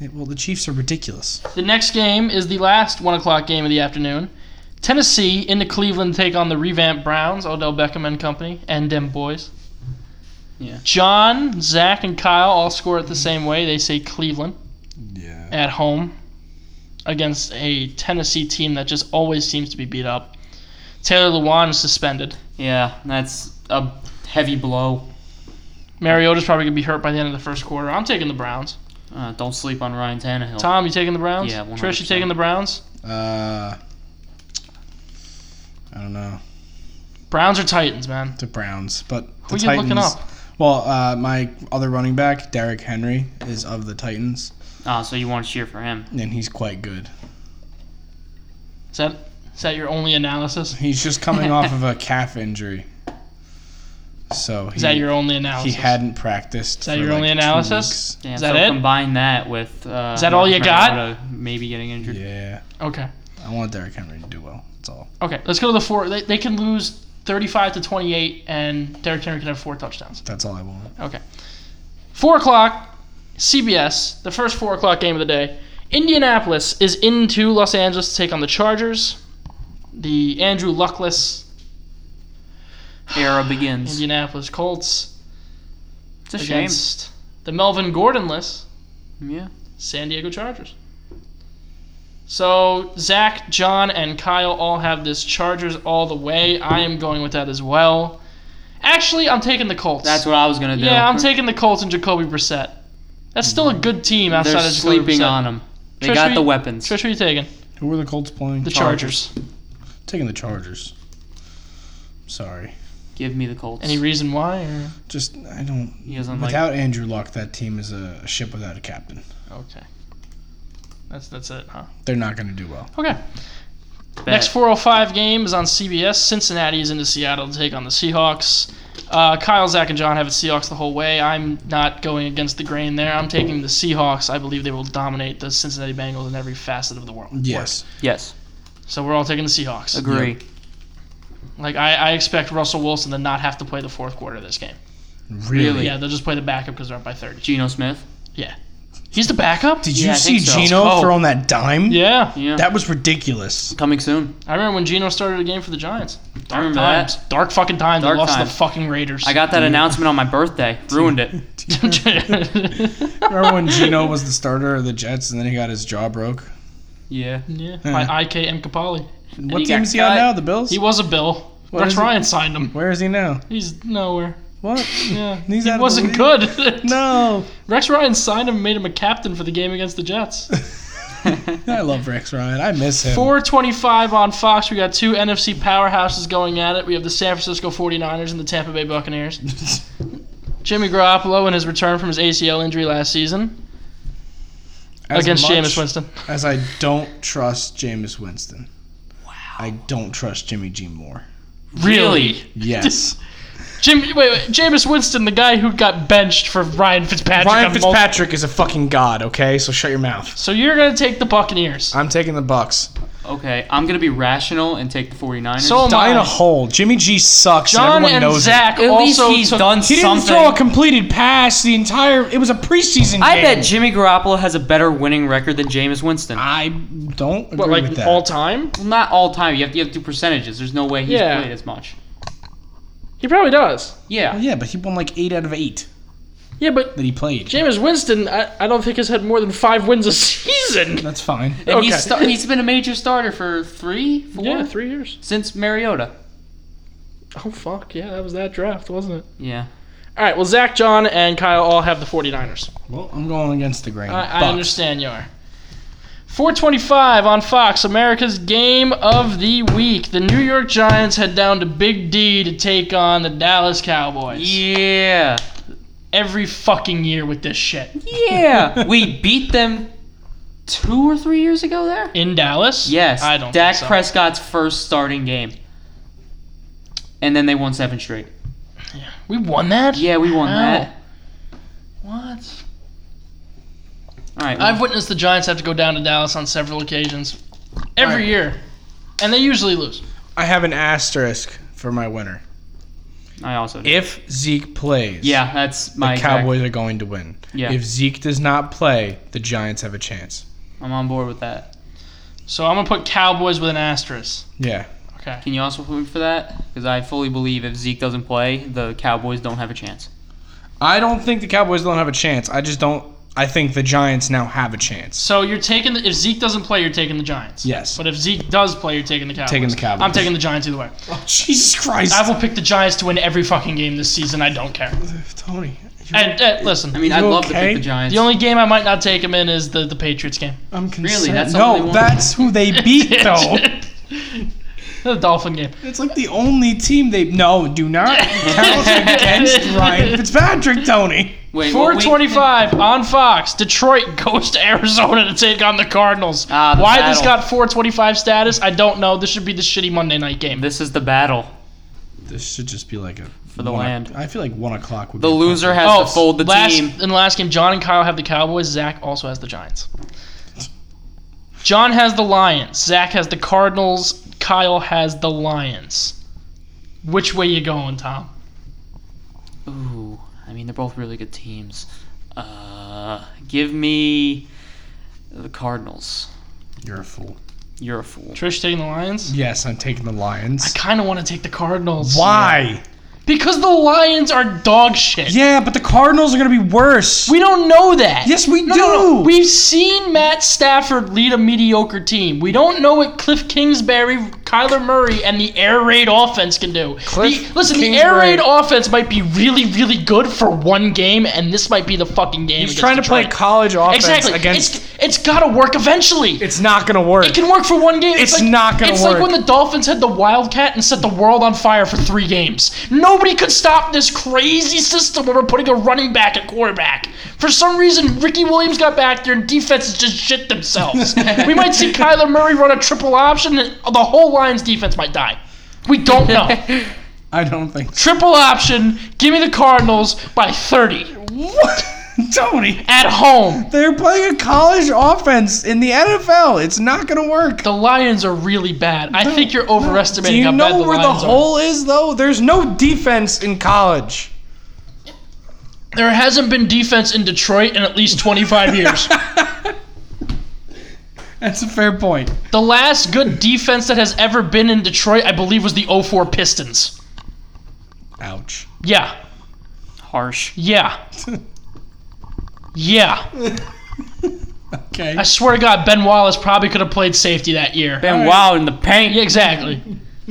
[SPEAKER 2] Yeah, Well, the Chiefs are ridiculous.
[SPEAKER 1] The next game is the last one o'clock game of the afternoon. Tennessee into Cleveland to take on the revamped Browns, Odell Beckham and company, and them boys.
[SPEAKER 3] Yeah.
[SPEAKER 1] John, Zach, and Kyle all score it the same way. They say Cleveland
[SPEAKER 2] Yeah.
[SPEAKER 1] at home against a Tennessee team that just always seems to be beat up. Taylor Lewan is suspended.
[SPEAKER 3] Yeah, that's a heavy blow.
[SPEAKER 1] Mariota's probably gonna be hurt by the end of the first quarter. I'm taking the Browns.
[SPEAKER 3] Uh, don't sleep on Ryan Tannehill.
[SPEAKER 1] Tom, you taking the Browns?
[SPEAKER 3] Oh. Yeah,
[SPEAKER 1] Trish, you
[SPEAKER 3] 100%.
[SPEAKER 1] taking the Browns?
[SPEAKER 2] Uh, I don't know
[SPEAKER 1] Browns or Titans, man?
[SPEAKER 2] the Browns, but the
[SPEAKER 1] Who you
[SPEAKER 2] Titans.
[SPEAKER 1] looking up?
[SPEAKER 2] Well, uh, my other running back, Derrick Henry, is of the Titans,
[SPEAKER 3] Ah, so you want to cheer for him?
[SPEAKER 2] and he's quite good.
[SPEAKER 1] Is that is that your only analysis?
[SPEAKER 2] He's just coming off of a calf injury, so he,
[SPEAKER 1] Is that your only
[SPEAKER 2] he
[SPEAKER 1] analysis?
[SPEAKER 2] hadn't practiced. Is
[SPEAKER 1] that your only analysis?
[SPEAKER 3] Yeah,
[SPEAKER 1] Is
[SPEAKER 3] so
[SPEAKER 1] that it?
[SPEAKER 3] combine that with. Uh,
[SPEAKER 1] Is that all you got?
[SPEAKER 3] Mariota Maybe getting injured.
[SPEAKER 2] Yeah,
[SPEAKER 1] Okay.
[SPEAKER 2] I want Derrick Henry to do well. That's all.
[SPEAKER 1] Okay. Let's go to the four. They, they can lose 35 to 28, and Derrick Henry can have four touchdowns.
[SPEAKER 2] That's all I want.
[SPEAKER 1] Okay. Four o'clock, CBS, the first four o'clock game of the day. Indianapolis is into Los Angeles to take on the Chargers. The Andrew Luckless
[SPEAKER 3] Era begins.
[SPEAKER 1] Indianapolis Colts
[SPEAKER 3] It's a shame.
[SPEAKER 1] against the Melvin Gordonless
[SPEAKER 3] Yeah.
[SPEAKER 1] San Diego Chargers. So Zach, John, and Kyle all have this Chargers all the way. I am going with that as well. Actually, I'm taking the Colts.
[SPEAKER 3] That's what I was gonna do.
[SPEAKER 1] yeah, I'm taking the Colts and Jacoby Brissett. That's still a good team outside
[SPEAKER 3] Mm-hmm. They're
[SPEAKER 1] of Jacoby
[SPEAKER 3] sleeping
[SPEAKER 1] Brissett.
[SPEAKER 3] on him. They
[SPEAKER 1] Trish,
[SPEAKER 3] got
[SPEAKER 1] we-
[SPEAKER 3] the weapons.
[SPEAKER 1] Trish, who are you taking?
[SPEAKER 2] Who are the Colts playing?
[SPEAKER 1] The Chargers.
[SPEAKER 3] Chargers.
[SPEAKER 2] Taking the Chargers. Sorry.
[SPEAKER 3] Give me the Colts.
[SPEAKER 1] Any reason why? Or?
[SPEAKER 2] Just I don't.
[SPEAKER 3] He doesn't like-
[SPEAKER 2] without Andrew Luck, that team is a ship without a captain.
[SPEAKER 1] Okay. That's that's it, huh?
[SPEAKER 2] They're not going to do well.
[SPEAKER 1] Okay.
[SPEAKER 3] Bet.
[SPEAKER 1] Next 405 game is on CBS. Cincinnati is into Seattle to take on the Seahawks. Uh, Kyle, Zach, and John have the Seahawks the whole way. I'm not going against the grain there. I'm taking the Seahawks. I believe they will dominate the Cincinnati Bengals in every facet of the world.
[SPEAKER 2] Yes.
[SPEAKER 3] Yes.
[SPEAKER 1] So we're all taking the Seahawks.
[SPEAKER 3] Agree.
[SPEAKER 1] Like I, I expect Russell Wilson to not have to play the fourth quarter of this game.
[SPEAKER 2] Really?
[SPEAKER 1] Yeah, they'll just play the backup because they're up by 30.
[SPEAKER 3] Geno Smith.
[SPEAKER 1] He's the backup?
[SPEAKER 2] Did
[SPEAKER 3] Yeah,
[SPEAKER 2] you
[SPEAKER 3] I
[SPEAKER 2] see
[SPEAKER 3] think so.
[SPEAKER 2] Gino
[SPEAKER 1] Oh.
[SPEAKER 2] throwing that dime?
[SPEAKER 1] Yeah.
[SPEAKER 3] Yeah.
[SPEAKER 2] That was ridiculous.
[SPEAKER 3] Coming soon.
[SPEAKER 1] I remember when Geno started a game for the Giants.
[SPEAKER 3] I remember
[SPEAKER 1] Times.
[SPEAKER 3] that.
[SPEAKER 1] Dark fucking times. They
[SPEAKER 3] Dark
[SPEAKER 1] lost to the
[SPEAKER 3] times.
[SPEAKER 1] fucking Raiders.
[SPEAKER 3] I got that announcement on my birthday. Ruined it.
[SPEAKER 2] Remember when Gino was the starter of the Jets and then he got his jaw broke?
[SPEAKER 3] Yeah.
[SPEAKER 1] Yeah, by IKM Kapali.
[SPEAKER 2] What
[SPEAKER 3] he
[SPEAKER 2] team
[SPEAKER 3] got
[SPEAKER 2] is he on
[SPEAKER 3] cut.
[SPEAKER 2] now? The Bills?
[SPEAKER 1] He was a Bill.
[SPEAKER 2] What
[SPEAKER 1] Rex
[SPEAKER 2] is it?
[SPEAKER 1] Ryan signed him.
[SPEAKER 2] Where is he now?
[SPEAKER 1] He's nowhere.
[SPEAKER 2] What?
[SPEAKER 1] Yeah.
[SPEAKER 2] He's
[SPEAKER 1] he
[SPEAKER 2] out of the
[SPEAKER 1] wasn't
[SPEAKER 2] league.
[SPEAKER 1] good.
[SPEAKER 2] No.
[SPEAKER 1] Rex Ryan signed him and made him a captain for the game against the Jets.
[SPEAKER 2] I love Rex Ryan. I miss him.
[SPEAKER 1] 425 on Fox. We got two NFC powerhouses going at it. We have the San Francisco 49ers and the Tampa Bay Buccaneers. Jimmy Garoppolo and his return from his ACL injury last season
[SPEAKER 2] As
[SPEAKER 1] against
[SPEAKER 2] much
[SPEAKER 1] Jameis Winston.
[SPEAKER 2] As I don't trust Jameis Winston. Wow. I don't trust Jimmy G more.
[SPEAKER 1] Really?
[SPEAKER 2] Yes.
[SPEAKER 1] Jimmy, wait, wait, Jameis Winston, the guy who got benched for Ryan Fitzpatrick.
[SPEAKER 2] Ryan
[SPEAKER 1] on multiple-
[SPEAKER 2] Fitzpatrick is a fucking god, okay? So shut your mouth.
[SPEAKER 1] So you're gonna take the Buccaneers.
[SPEAKER 2] I'm taking the Bucks.
[SPEAKER 3] Okay. I'm gonna be rational and take the 49ers.
[SPEAKER 1] So am
[SPEAKER 2] Die in
[SPEAKER 1] I.
[SPEAKER 2] a hole. Jimmy G sucks.
[SPEAKER 1] Oh John
[SPEAKER 2] and everyone
[SPEAKER 1] and
[SPEAKER 2] knows
[SPEAKER 1] Zach
[SPEAKER 3] at least
[SPEAKER 1] also
[SPEAKER 3] he's
[SPEAKER 1] took-
[SPEAKER 3] done
[SPEAKER 2] It. He didn't
[SPEAKER 3] something.
[SPEAKER 2] throw a completed pass the entire. It was a preseason.
[SPEAKER 3] I
[SPEAKER 2] game.
[SPEAKER 3] bet Jimmy Garoppolo has a better winning record than Jameis Winston.
[SPEAKER 2] I don't agree
[SPEAKER 1] What,
[SPEAKER 2] with
[SPEAKER 1] like
[SPEAKER 2] that.
[SPEAKER 1] all time?
[SPEAKER 3] Well, not all time. You have to you have to do percentages. There's no way he's
[SPEAKER 1] Yeah.
[SPEAKER 3] played as much.
[SPEAKER 1] He probably does.
[SPEAKER 3] Yeah.
[SPEAKER 2] yeah, but he won like eight out of eight
[SPEAKER 1] Yeah, but
[SPEAKER 2] that he played.
[SPEAKER 1] Jameis Winston, I, I don't think has had more than five wins a season.
[SPEAKER 2] That's fine.
[SPEAKER 3] And
[SPEAKER 1] Okay.
[SPEAKER 3] he's, sta- he's been a major starter for three, four,
[SPEAKER 1] Yeah, three years.
[SPEAKER 3] since Mariota.
[SPEAKER 1] Oh fuck, yeah, that was that draft, wasn't it?
[SPEAKER 3] Yeah.
[SPEAKER 1] All right. Well, Zach, John, and Kyle all have the 49ers.
[SPEAKER 2] Well, I'm going against the grain.
[SPEAKER 1] I, I
[SPEAKER 2] Bucks.
[SPEAKER 1] understand you are. 425 on Fox, America's game of the week. The New York Giants head down to Big D to take on the Dallas Cowboys.
[SPEAKER 3] Yeah.
[SPEAKER 1] Every fucking year with this shit.
[SPEAKER 3] Yeah. we beat them two or three years ago there?
[SPEAKER 1] In Dallas?
[SPEAKER 3] Yes.
[SPEAKER 1] I don't
[SPEAKER 3] Dak
[SPEAKER 1] think so.
[SPEAKER 3] Prescott's first starting game. And then they won seven straight.
[SPEAKER 1] We won that?
[SPEAKER 3] Yeah, we won
[SPEAKER 1] How?
[SPEAKER 3] that.
[SPEAKER 1] What?
[SPEAKER 3] All right.
[SPEAKER 1] I've witnessed the Giants have to go down to Dallas on several occasions. Every
[SPEAKER 2] Right.
[SPEAKER 1] year. And they usually lose.
[SPEAKER 2] I have an asterisk for my winner.
[SPEAKER 3] I also did.
[SPEAKER 2] If Zeke plays,
[SPEAKER 3] Yeah, that's
[SPEAKER 2] the
[SPEAKER 3] my exact-
[SPEAKER 2] Cowboys are going to win.
[SPEAKER 3] Yeah.
[SPEAKER 2] If Zeke does not play, the Giants have a chance.
[SPEAKER 3] I'm on board with that.
[SPEAKER 1] So I'm going to put Cowboys with an asterisk.
[SPEAKER 2] Yeah.
[SPEAKER 1] Okay.
[SPEAKER 3] Can you also put me for that? Because I fully believe if Zeke doesn't play, the Cowboys don't have a chance.
[SPEAKER 2] I don't think the Cowboys don't have a chance. I just don't. I think the Giants now have a chance.
[SPEAKER 1] So you're taking the, if Zeke doesn't play, you're taking the Giants.
[SPEAKER 2] Yes.
[SPEAKER 1] But if Zeke does play, you're taking the Cowboys.
[SPEAKER 2] Taking the Cowboys.
[SPEAKER 1] I'm taking the Giants either way.
[SPEAKER 2] Oh, Jesus Christ.
[SPEAKER 1] I will pick the Giants to win every fucking game this season. I don't care.
[SPEAKER 2] Tony. you-
[SPEAKER 1] And, uh, listen,
[SPEAKER 3] I mean,
[SPEAKER 2] You
[SPEAKER 3] I'd love to
[SPEAKER 2] okay?
[SPEAKER 3] pick the Giants.
[SPEAKER 1] the only game I might not take him in is the, the Patriots game.
[SPEAKER 2] I'm concerned.
[SPEAKER 3] that's all they
[SPEAKER 2] no,
[SPEAKER 3] want?
[SPEAKER 2] that's who they beat though.
[SPEAKER 1] the Dolphin game.
[SPEAKER 2] it's like the only team they. No, do not count against Ryan Fitzpatrick, Tony.
[SPEAKER 3] Wait, what week-
[SPEAKER 1] 425 on Fox. Detroit goes to Arizona to take on the Cardinals.
[SPEAKER 3] Ah, the
[SPEAKER 1] Why
[SPEAKER 3] battle.
[SPEAKER 1] this got 425 status, I don't know. This should be the shitty Monday night game.
[SPEAKER 3] This is the battle.
[SPEAKER 2] This should just be like a for
[SPEAKER 3] the land.
[SPEAKER 2] I feel like one o'clock would
[SPEAKER 3] The
[SPEAKER 2] be
[SPEAKER 3] loser has to fold the
[SPEAKER 1] Oh, last,
[SPEAKER 3] team.
[SPEAKER 1] In the last game, John and Kyle have the Cowboys. Zach also has the Giants. John has the Lions. Zach has the Cardinals. Kyle has the Lions. Which way you going, Tom?
[SPEAKER 3] Ooh, I mean they're both really good teams. Uh, give me the Cardinals.
[SPEAKER 2] You're a fool.
[SPEAKER 3] You're a fool.
[SPEAKER 1] Trish taking the Lions?
[SPEAKER 2] Yes, I'm taking the Lions.
[SPEAKER 1] Kind of want to take the Cardinals.
[SPEAKER 2] Why?
[SPEAKER 1] Because the Lions are dog shit.
[SPEAKER 2] Yeah, but the Cardinals are gonna be worse.
[SPEAKER 1] We don't know that.
[SPEAKER 2] yes, we
[SPEAKER 1] No,
[SPEAKER 2] do.
[SPEAKER 1] no, no. We've seen Matt Stafford lead a mediocre team. We don't know what Cliff Kingsbury, Kyler Murray, and the air raid offense can do.
[SPEAKER 2] Cliff
[SPEAKER 1] the, listen, the air
[SPEAKER 2] Kingsbury-
[SPEAKER 1] raid offense might be really, really good for one game, and this might be the fucking game.
[SPEAKER 2] He's
[SPEAKER 1] against
[SPEAKER 2] trying to play
[SPEAKER 1] Detroit.
[SPEAKER 2] college offense
[SPEAKER 1] exactly.
[SPEAKER 2] against. It's,
[SPEAKER 1] it's, it's got to work eventually.
[SPEAKER 2] not gonna work.
[SPEAKER 1] it can work for one game.
[SPEAKER 2] It's not gonna
[SPEAKER 1] It's like
[SPEAKER 2] work.
[SPEAKER 1] when the Dolphins had the Wildcat and set the world on fire for three games. Nobody could stop this crazy system where we're putting a running back at quarterback. For some reason, Ricky Williams got back there and defenses just shit themselves. we might see Kyler Murray run a triple option and the whole Lions defense might die. We don't know.
[SPEAKER 2] I don't think. So.
[SPEAKER 1] triple option, give me the Cardinals by 30
[SPEAKER 2] What, Tony?
[SPEAKER 1] at home.
[SPEAKER 2] They're playing a college offense in the NFL. It's not gonna work.
[SPEAKER 1] The Lions are really bad. I think you're overestimating
[SPEAKER 2] Do you
[SPEAKER 1] how
[SPEAKER 2] know
[SPEAKER 1] bad the
[SPEAKER 2] where the
[SPEAKER 1] Lions are.
[SPEAKER 2] hole is, though? There's no defense in college.
[SPEAKER 1] There hasn't been defense in Detroit in at least 25 years.
[SPEAKER 2] That's a fair point.
[SPEAKER 1] the last good defense that has ever been in Detroit, I believe, was the 04 Pistons.
[SPEAKER 2] Ouch.
[SPEAKER 1] Yeah.
[SPEAKER 3] Harsh.
[SPEAKER 1] Yeah. Yeah.
[SPEAKER 2] Okay.
[SPEAKER 1] I swear to God, Ben Wallace probably could have played safety that year.
[SPEAKER 3] Ben Wow in the paint.
[SPEAKER 1] Yeah, exactly.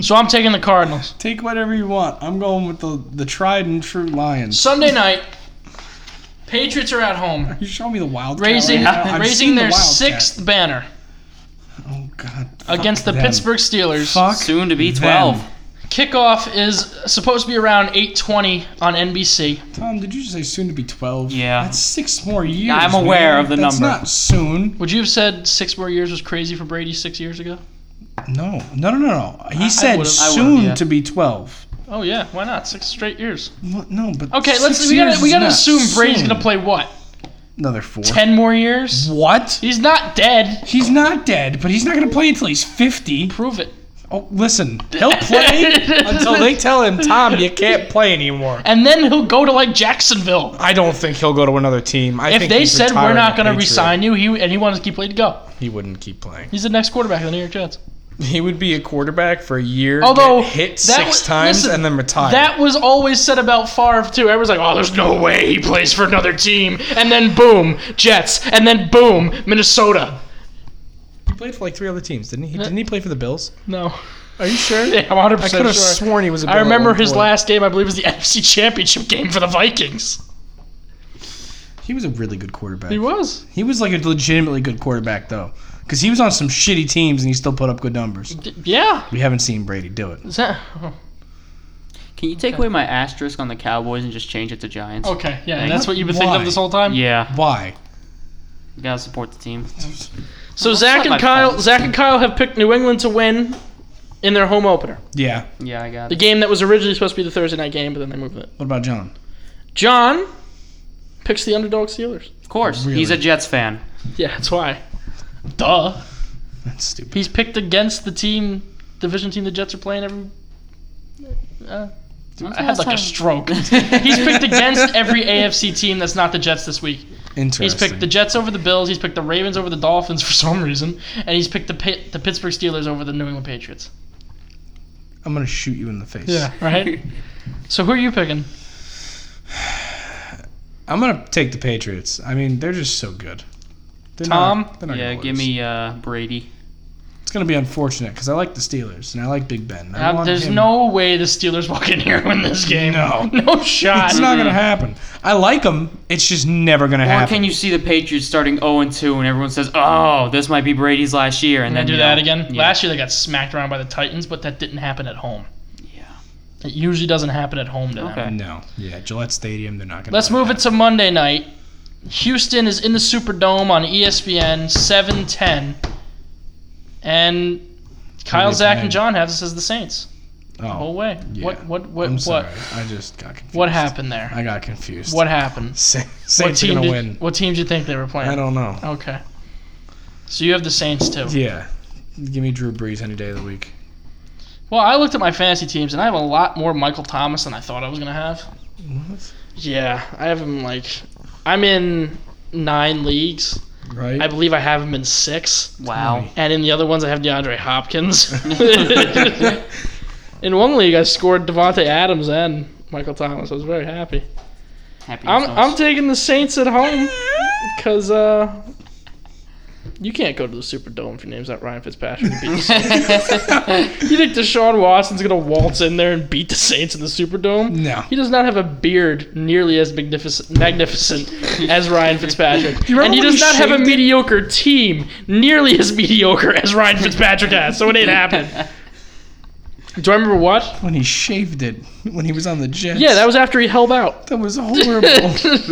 [SPEAKER 1] So I'm taking the Cardinals.
[SPEAKER 2] Take whatever you want. I'm going with the, the tried and true Lions.
[SPEAKER 1] Sunday night, Patriots are at home,
[SPEAKER 2] You show me the Wildcat.
[SPEAKER 1] raising,
[SPEAKER 2] right now. I've
[SPEAKER 1] raising
[SPEAKER 2] seen the
[SPEAKER 1] their
[SPEAKER 2] Wildcat.
[SPEAKER 1] sixth banner
[SPEAKER 2] Oh God. Fuck
[SPEAKER 1] against the
[SPEAKER 2] them.
[SPEAKER 1] Pittsburgh Steelers.
[SPEAKER 2] Fuck.
[SPEAKER 3] Soon to be
[SPEAKER 2] them.
[SPEAKER 3] twelve.
[SPEAKER 1] Kickoff is supposed to be around 8:20 on NBC.
[SPEAKER 2] Tom, did you just say soon to be twelve?
[SPEAKER 3] Yeah.
[SPEAKER 2] That's six more years.
[SPEAKER 3] I'm aware
[SPEAKER 2] man.
[SPEAKER 3] of the
[SPEAKER 2] That's
[SPEAKER 3] number.
[SPEAKER 2] Not soon.
[SPEAKER 1] Would you have said six more years was crazy for Brady six years ago?
[SPEAKER 2] No. No. No. No. No. He
[SPEAKER 1] would've- I
[SPEAKER 2] said
[SPEAKER 3] would've,
[SPEAKER 2] soon
[SPEAKER 3] yeah.
[SPEAKER 2] to be twelve.
[SPEAKER 1] Oh yeah, why not? Six straight years.
[SPEAKER 2] What? No, but
[SPEAKER 1] Okay, let
[SPEAKER 2] six
[SPEAKER 1] let's we
[SPEAKER 2] years
[SPEAKER 1] gotta we
[SPEAKER 2] is
[SPEAKER 1] gotta
[SPEAKER 2] not
[SPEAKER 1] assume Brady's
[SPEAKER 2] soon.
[SPEAKER 1] gonna play what?
[SPEAKER 2] another four.
[SPEAKER 1] Ten more years?
[SPEAKER 2] What?
[SPEAKER 1] He's not dead.
[SPEAKER 2] He's not dead, but he's not gonna play until he's fifty.
[SPEAKER 1] Prove it.
[SPEAKER 2] Oh, listen, he'll play until they tell him, Tom, you can't play anymore.
[SPEAKER 1] And then he'll go to like Jacksonville.
[SPEAKER 2] I don't think he'll go to another team. I
[SPEAKER 1] If
[SPEAKER 2] think
[SPEAKER 1] they
[SPEAKER 2] he's
[SPEAKER 1] said we're
[SPEAKER 2] retiring
[SPEAKER 1] not
[SPEAKER 2] a
[SPEAKER 1] gonna
[SPEAKER 2] Patriot."
[SPEAKER 1] resign you, he and he wants to keep playing, go.
[SPEAKER 2] he wouldn't keep playing.
[SPEAKER 1] He's the next quarterback of the New York Jets.
[SPEAKER 2] He would be a quarterback for a year,
[SPEAKER 1] Although,
[SPEAKER 2] get hit
[SPEAKER 1] that
[SPEAKER 2] six
[SPEAKER 1] wa-
[SPEAKER 2] times,
[SPEAKER 1] listen,
[SPEAKER 2] and then retire.
[SPEAKER 1] That was always said about Favre too. Everyone's like, "Oh, there's no way he plays for another team." And then boom, Jets. And then boom, Minnesota.
[SPEAKER 2] he played for like three other teams, didn't he? Didn't he play for the Bills?
[SPEAKER 1] No.
[SPEAKER 2] Are you sure?
[SPEAKER 1] Yeah, I'm 100
[SPEAKER 2] I
[SPEAKER 1] percent
[SPEAKER 2] could
[SPEAKER 1] sure.
[SPEAKER 2] have sworn he was. a
[SPEAKER 1] I
[SPEAKER 2] Bill at
[SPEAKER 1] remember
[SPEAKER 2] one
[SPEAKER 1] his
[SPEAKER 2] point.
[SPEAKER 1] last game. I believe was the NFC Championship game for the Vikings.
[SPEAKER 2] He was a really good quarterback.
[SPEAKER 1] He was.
[SPEAKER 2] He was like a legitimately good quarterback though, because he was on some shitty teams and he still put up good numbers.
[SPEAKER 1] D- yeah.
[SPEAKER 2] We haven't seen Brady do it.
[SPEAKER 1] Is that? oh,
[SPEAKER 3] Can you take away my asterisk on the Cowboys and just change it to Giants?
[SPEAKER 1] Okay. Yeah. and that's what you've been thinking
[SPEAKER 2] Why?
[SPEAKER 1] of this whole time.
[SPEAKER 3] Yeah,
[SPEAKER 2] Why?
[SPEAKER 3] you gotta support the team.
[SPEAKER 1] So Zach
[SPEAKER 3] not
[SPEAKER 1] and
[SPEAKER 3] my
[SPEAKER 1] Kyle,
[SPEAKER 3] fault.
[SPEAKER 1] Zach and Kyle have picked New England to win in their home opener.
[SPEAKER 2] Yeah.
[SPEAKER 3] Yeah, I got
[SPEAKER 1] The
[SPEAKER 3] it.
[SPEAKER 1] game that was originally supposed to be the Thursday night game, but then they moved it.
[SPEAKER 2] What about John?
[SPEAKER 1] John picks the underdog Steelers.
[SPEAKER 3] Of course,
[SPEAKER 2] Really?
[SPEAKER 3] he's a Jets fan.
[SPEAKER 1] Yeah, that's why. Duh.
[SPEAKER 2] That's stupid.
[SPEAKER 1] He's picked against the team, division team the Jets are playing every. Uh, I had like a stroke. He's picked against every AFC team that's not the Jets this week.
[SPEAKER 2] Interesting.
[SPEAKER 1] He's picked the Jets over the Bills. He's picked the Ravens over the Dolphins for some reason, and he's picked the Pit- the Pittsburgh Steelers over the New England Patriots.
[SPEAKER 2] I'm gonna shoot you in the face.
[SPEAKER 1] Right. so who are you picking?
[SPEAKER 2] I'm gonna take the Patriots. I mean, they're just so good. They're
[SPEAKER 1] Tom?
[SPEAKER 2] not- they're not
[SPEAKER 3] yeah,
[SPEAKER 2] gonna
[SPEAKER 3] give
[SPEAKER 2] lose.
[SPEAKER 3] me uh, Brady.
[SPEAKER 2] It's gonna be unfortunate because I like the Steelers and I like Big Ben. I
[SPEAKER 1] Uh,
[SPEAKER 2] want
[SPEAKER 1] there's
[SPEAKER 2] him-
[SPEAKER 1] no way the Steelers walk in here and win this game.
[SPEAKER 2] No.
[SPEAKER 1] No shot.
[SPEAKER 2] It's not gonna happen. I like them. It's just never gonna
[SPEAKER 3] Or
[SPEAKER 2] happen.
[SPEAKER 3] can you see the Patriots starting 0 2 and everyone says, oh, this might be Brady's last year? And
[SPEAKER 1] Can I
[SPEAKER 3] then
[SPEAKER 1] do
[SPEAKER 3] you
[SPEAKER 1] that
[SPEAKER 3] know,
[SPEAKER 1] again?
[SPEAKER 3] yeah.
[SPEAKER 1] Last year they got smacked around by the Titans, but that didn't happen at home.
[SPEAKER 3] Yeah.
[SPEAKER 1] It usually doesn't happen at home to them.
[SPEAKER 3] Okay.
[SPEAKER 2] No. Yeah, Gillette Stadium. They're not gonna.
[SPEAKER 1] Let's
[SPEAKER 2] let
[SPEAKER 1] move
[SPEAKER 2] that
[SPEAKER 1] it to Monday night. Houston is in the Superdome on E ESPN 7:10, and Kyle,
[SPEAKER 2] they
[SPEAKER 1] Zach,
[SPEAKER 2] playing?
[SPEAKER 1] and John have this as the Saints.
[SPEAKER 2] happen. Oh,
[SPEAKER 1] Oh wait,
[SPEAKER 2] yeah.
[SPEAKER 1] what what what
[SPEAKER 2] I'm
[SPEAKER 1] what
[SPEAKER 2] sorry. I just got confused.
[SPEAKER 1] what happened there?
[SPEAKER 2] I got confused.
[SPEAKER 1] what happened?
[SPEAKER 2] Sa-
[SPEAKER 1] What
[SPEAKER 2] Saints are
[SPEAKER 1] team
[SPEAKER 2] gonna
[SPEAKER 1] did
[SPEAKER 2] win.
[SPEAKER 1] what team do you think they were playing?
[SPEAKER 2] I don't know.
[SPEAKER 1] Okay, so you have the Saints too.
[SPEAKER 2] Yeah. Give me Drew Brees any day of the week.
[SPEAKER 1] Well, I looked at my fantasy teams and I have a lot more Michael Thomas than I thought I was gonna have.
[SPEAKER 2] What?
[SPEAKER 1] Yeah, I have him like I'm in nine leagues.
[SPEAKER 2] Right.
[SPEAKER 1] I believe I have him in six.
[SPEAKER 3] Wow.
[SPEAKER 1] And in the other ones, I have DeAndre Hopkins. in one league, I scored Devonte Adams and Michael Thomas. I was very happy.
[SPEAKER 3] Happy
[SPEAKER 1] I'm,
[SPEAKER 3] yourselves.
[SPEAKER 1] I'm taking the Saints at home because uh, you can't go to the Superdome if your name's not Ryan Fitzpatrick. and beat the Saints. you think Deshaun Watson's going to waltz in there and beat the Saints in the Superdome?
[SPEAKER 2] no.
[SPEAKER 1] He does not have a beard nearly as magnificent, magnificent as Ryan Fitzpatrick.
[SPEAKER 2] remember
[SPEAKER 1] and he
[SPEAKER 2] when
[SPEAKER 1] does
[SPEAKER 2] he
[SPEAKER 1] not have a
[SPEAKER 2] shaved it?
[SPEAKER 1] mediocre team nearly as mediocre as Ryan Fitzpatrick has, so it ain't happening. Do I remember what?
[SPEAKER 2] When he shaved it when he was on the Jets.
[SPEAKER 1] Yeah, that was after he held out.
[SPEAKER 2] That was horrible.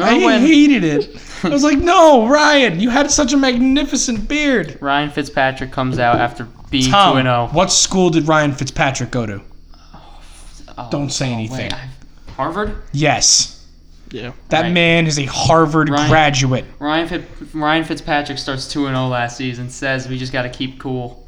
[SPEAKER 2] I
[SPEAKER 3] when-
[SPEAKER 2] hated it. I was like, no, Ryan, you had such a magnificent beard.
[SPEAKER 3] Ryan Fitzpatrick comes out after being oh. 2
[SPEAKER 2] Tom,
[SPEAKER 3] 0.
[SPEAKER 2] what school did Ryan Fitzpatrick go to? Don't
[SPEAKER 1] Oh,
[SPEAKER 2] say anything.
[SPEAKER 3] Oh, Harvard?
[SPEAKER 2] yes.
[SPEAKER 1] Yeah.
[SPEAKER 2] That
[SPEAKER 3] Right.
[SPEAKER 2] man is a Harvard
[SPEAKER 3] Ryan-
[SPEAKER 2] graduate.
[SPEAKER 3] Ryan, Fit- Ryan Fitzpatrick starts 2 0 last season, says we just got to keep cool.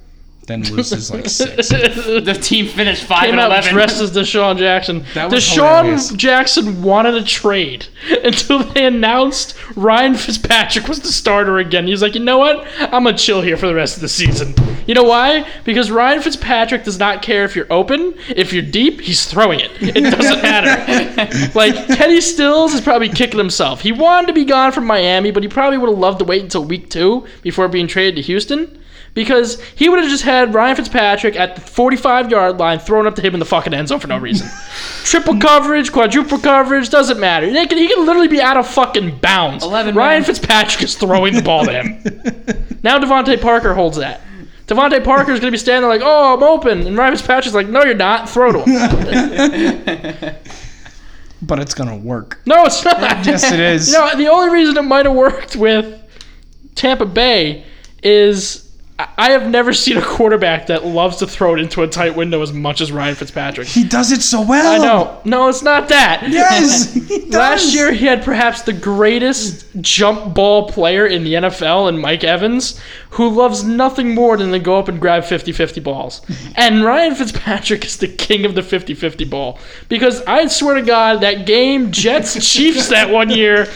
[SPEAKER 2] Then loses like six.
[SPEAKER 3] The team finished 5
[SPEAKER 1] Came
[SPEAKER 3] and
[SPEAKER 1] out
[SPEAKER 3] 11.
[SPEAKER 1] dressed as Deshaun Jackson.
[SPEAKER 2] That was
[SPEAKER 1] Deshaun
[SPEAKER 2] hilarious.
[SPEAKER 1] Jackson wanted a trade until they announced Ryan Fitzpatrick was the starter again. He was like, you know what? I'm going to chill here for the rest of the season. You know why? Because Ryan Fitzpatrick does not care if you're open, if you're deep, he's throwing it. It doesn't matter. like, Kenny Stills is probably kicking himself. He wanted to be gone from Miami, but he probably would have loved to wait until week two before being traded to Houston. Because he would have just had Ryan Fitzpatrick at the 45 yard line thrown up to him in the fucking end zone for no reason. Triple coverage, quadruple coverage, doesn't matter. They can, he can literally be out of fucking bounds.
[SPEAKER 3] 11
[SPEAKER 1] Ryan
[SPEAKER 3] men.
[SPEAKER 1] Fitzpatrick is throwing the ball to him. Now Devontae Parker holds that. Devontae Parker is going to be standing there like, oh, I'm open. And Ryan Fitzpatrick's like, no, you're not. Throw to him.
[SPEAKER 2] but it's gonna work.
[SPEAKER 1] no, it's not.
[SPEAKER 2] Yes, it is.
[SPEAKER 1] You know, the only reason it might have worked with Tampa Bay is I- I have never seen a quarterback that loves to throw it into a tight window as much as Ryan Fitzpatrick.
[SPEAKER 2] He does it so well.
[SPEAKER 1] I know. No, it's not that.
[SPEAKER 2] Yes, he does.
[SPEAKER 1] Last year, he had perhaps the greatest jump ball player in the NFL, and Mike Evans, who loves nothing more than to go up and grab 50 50 balls. And Ryan Fitzpatrick is the king of the 50 50 ball. Because I swear to God, that game, Jets Chiefs that one year,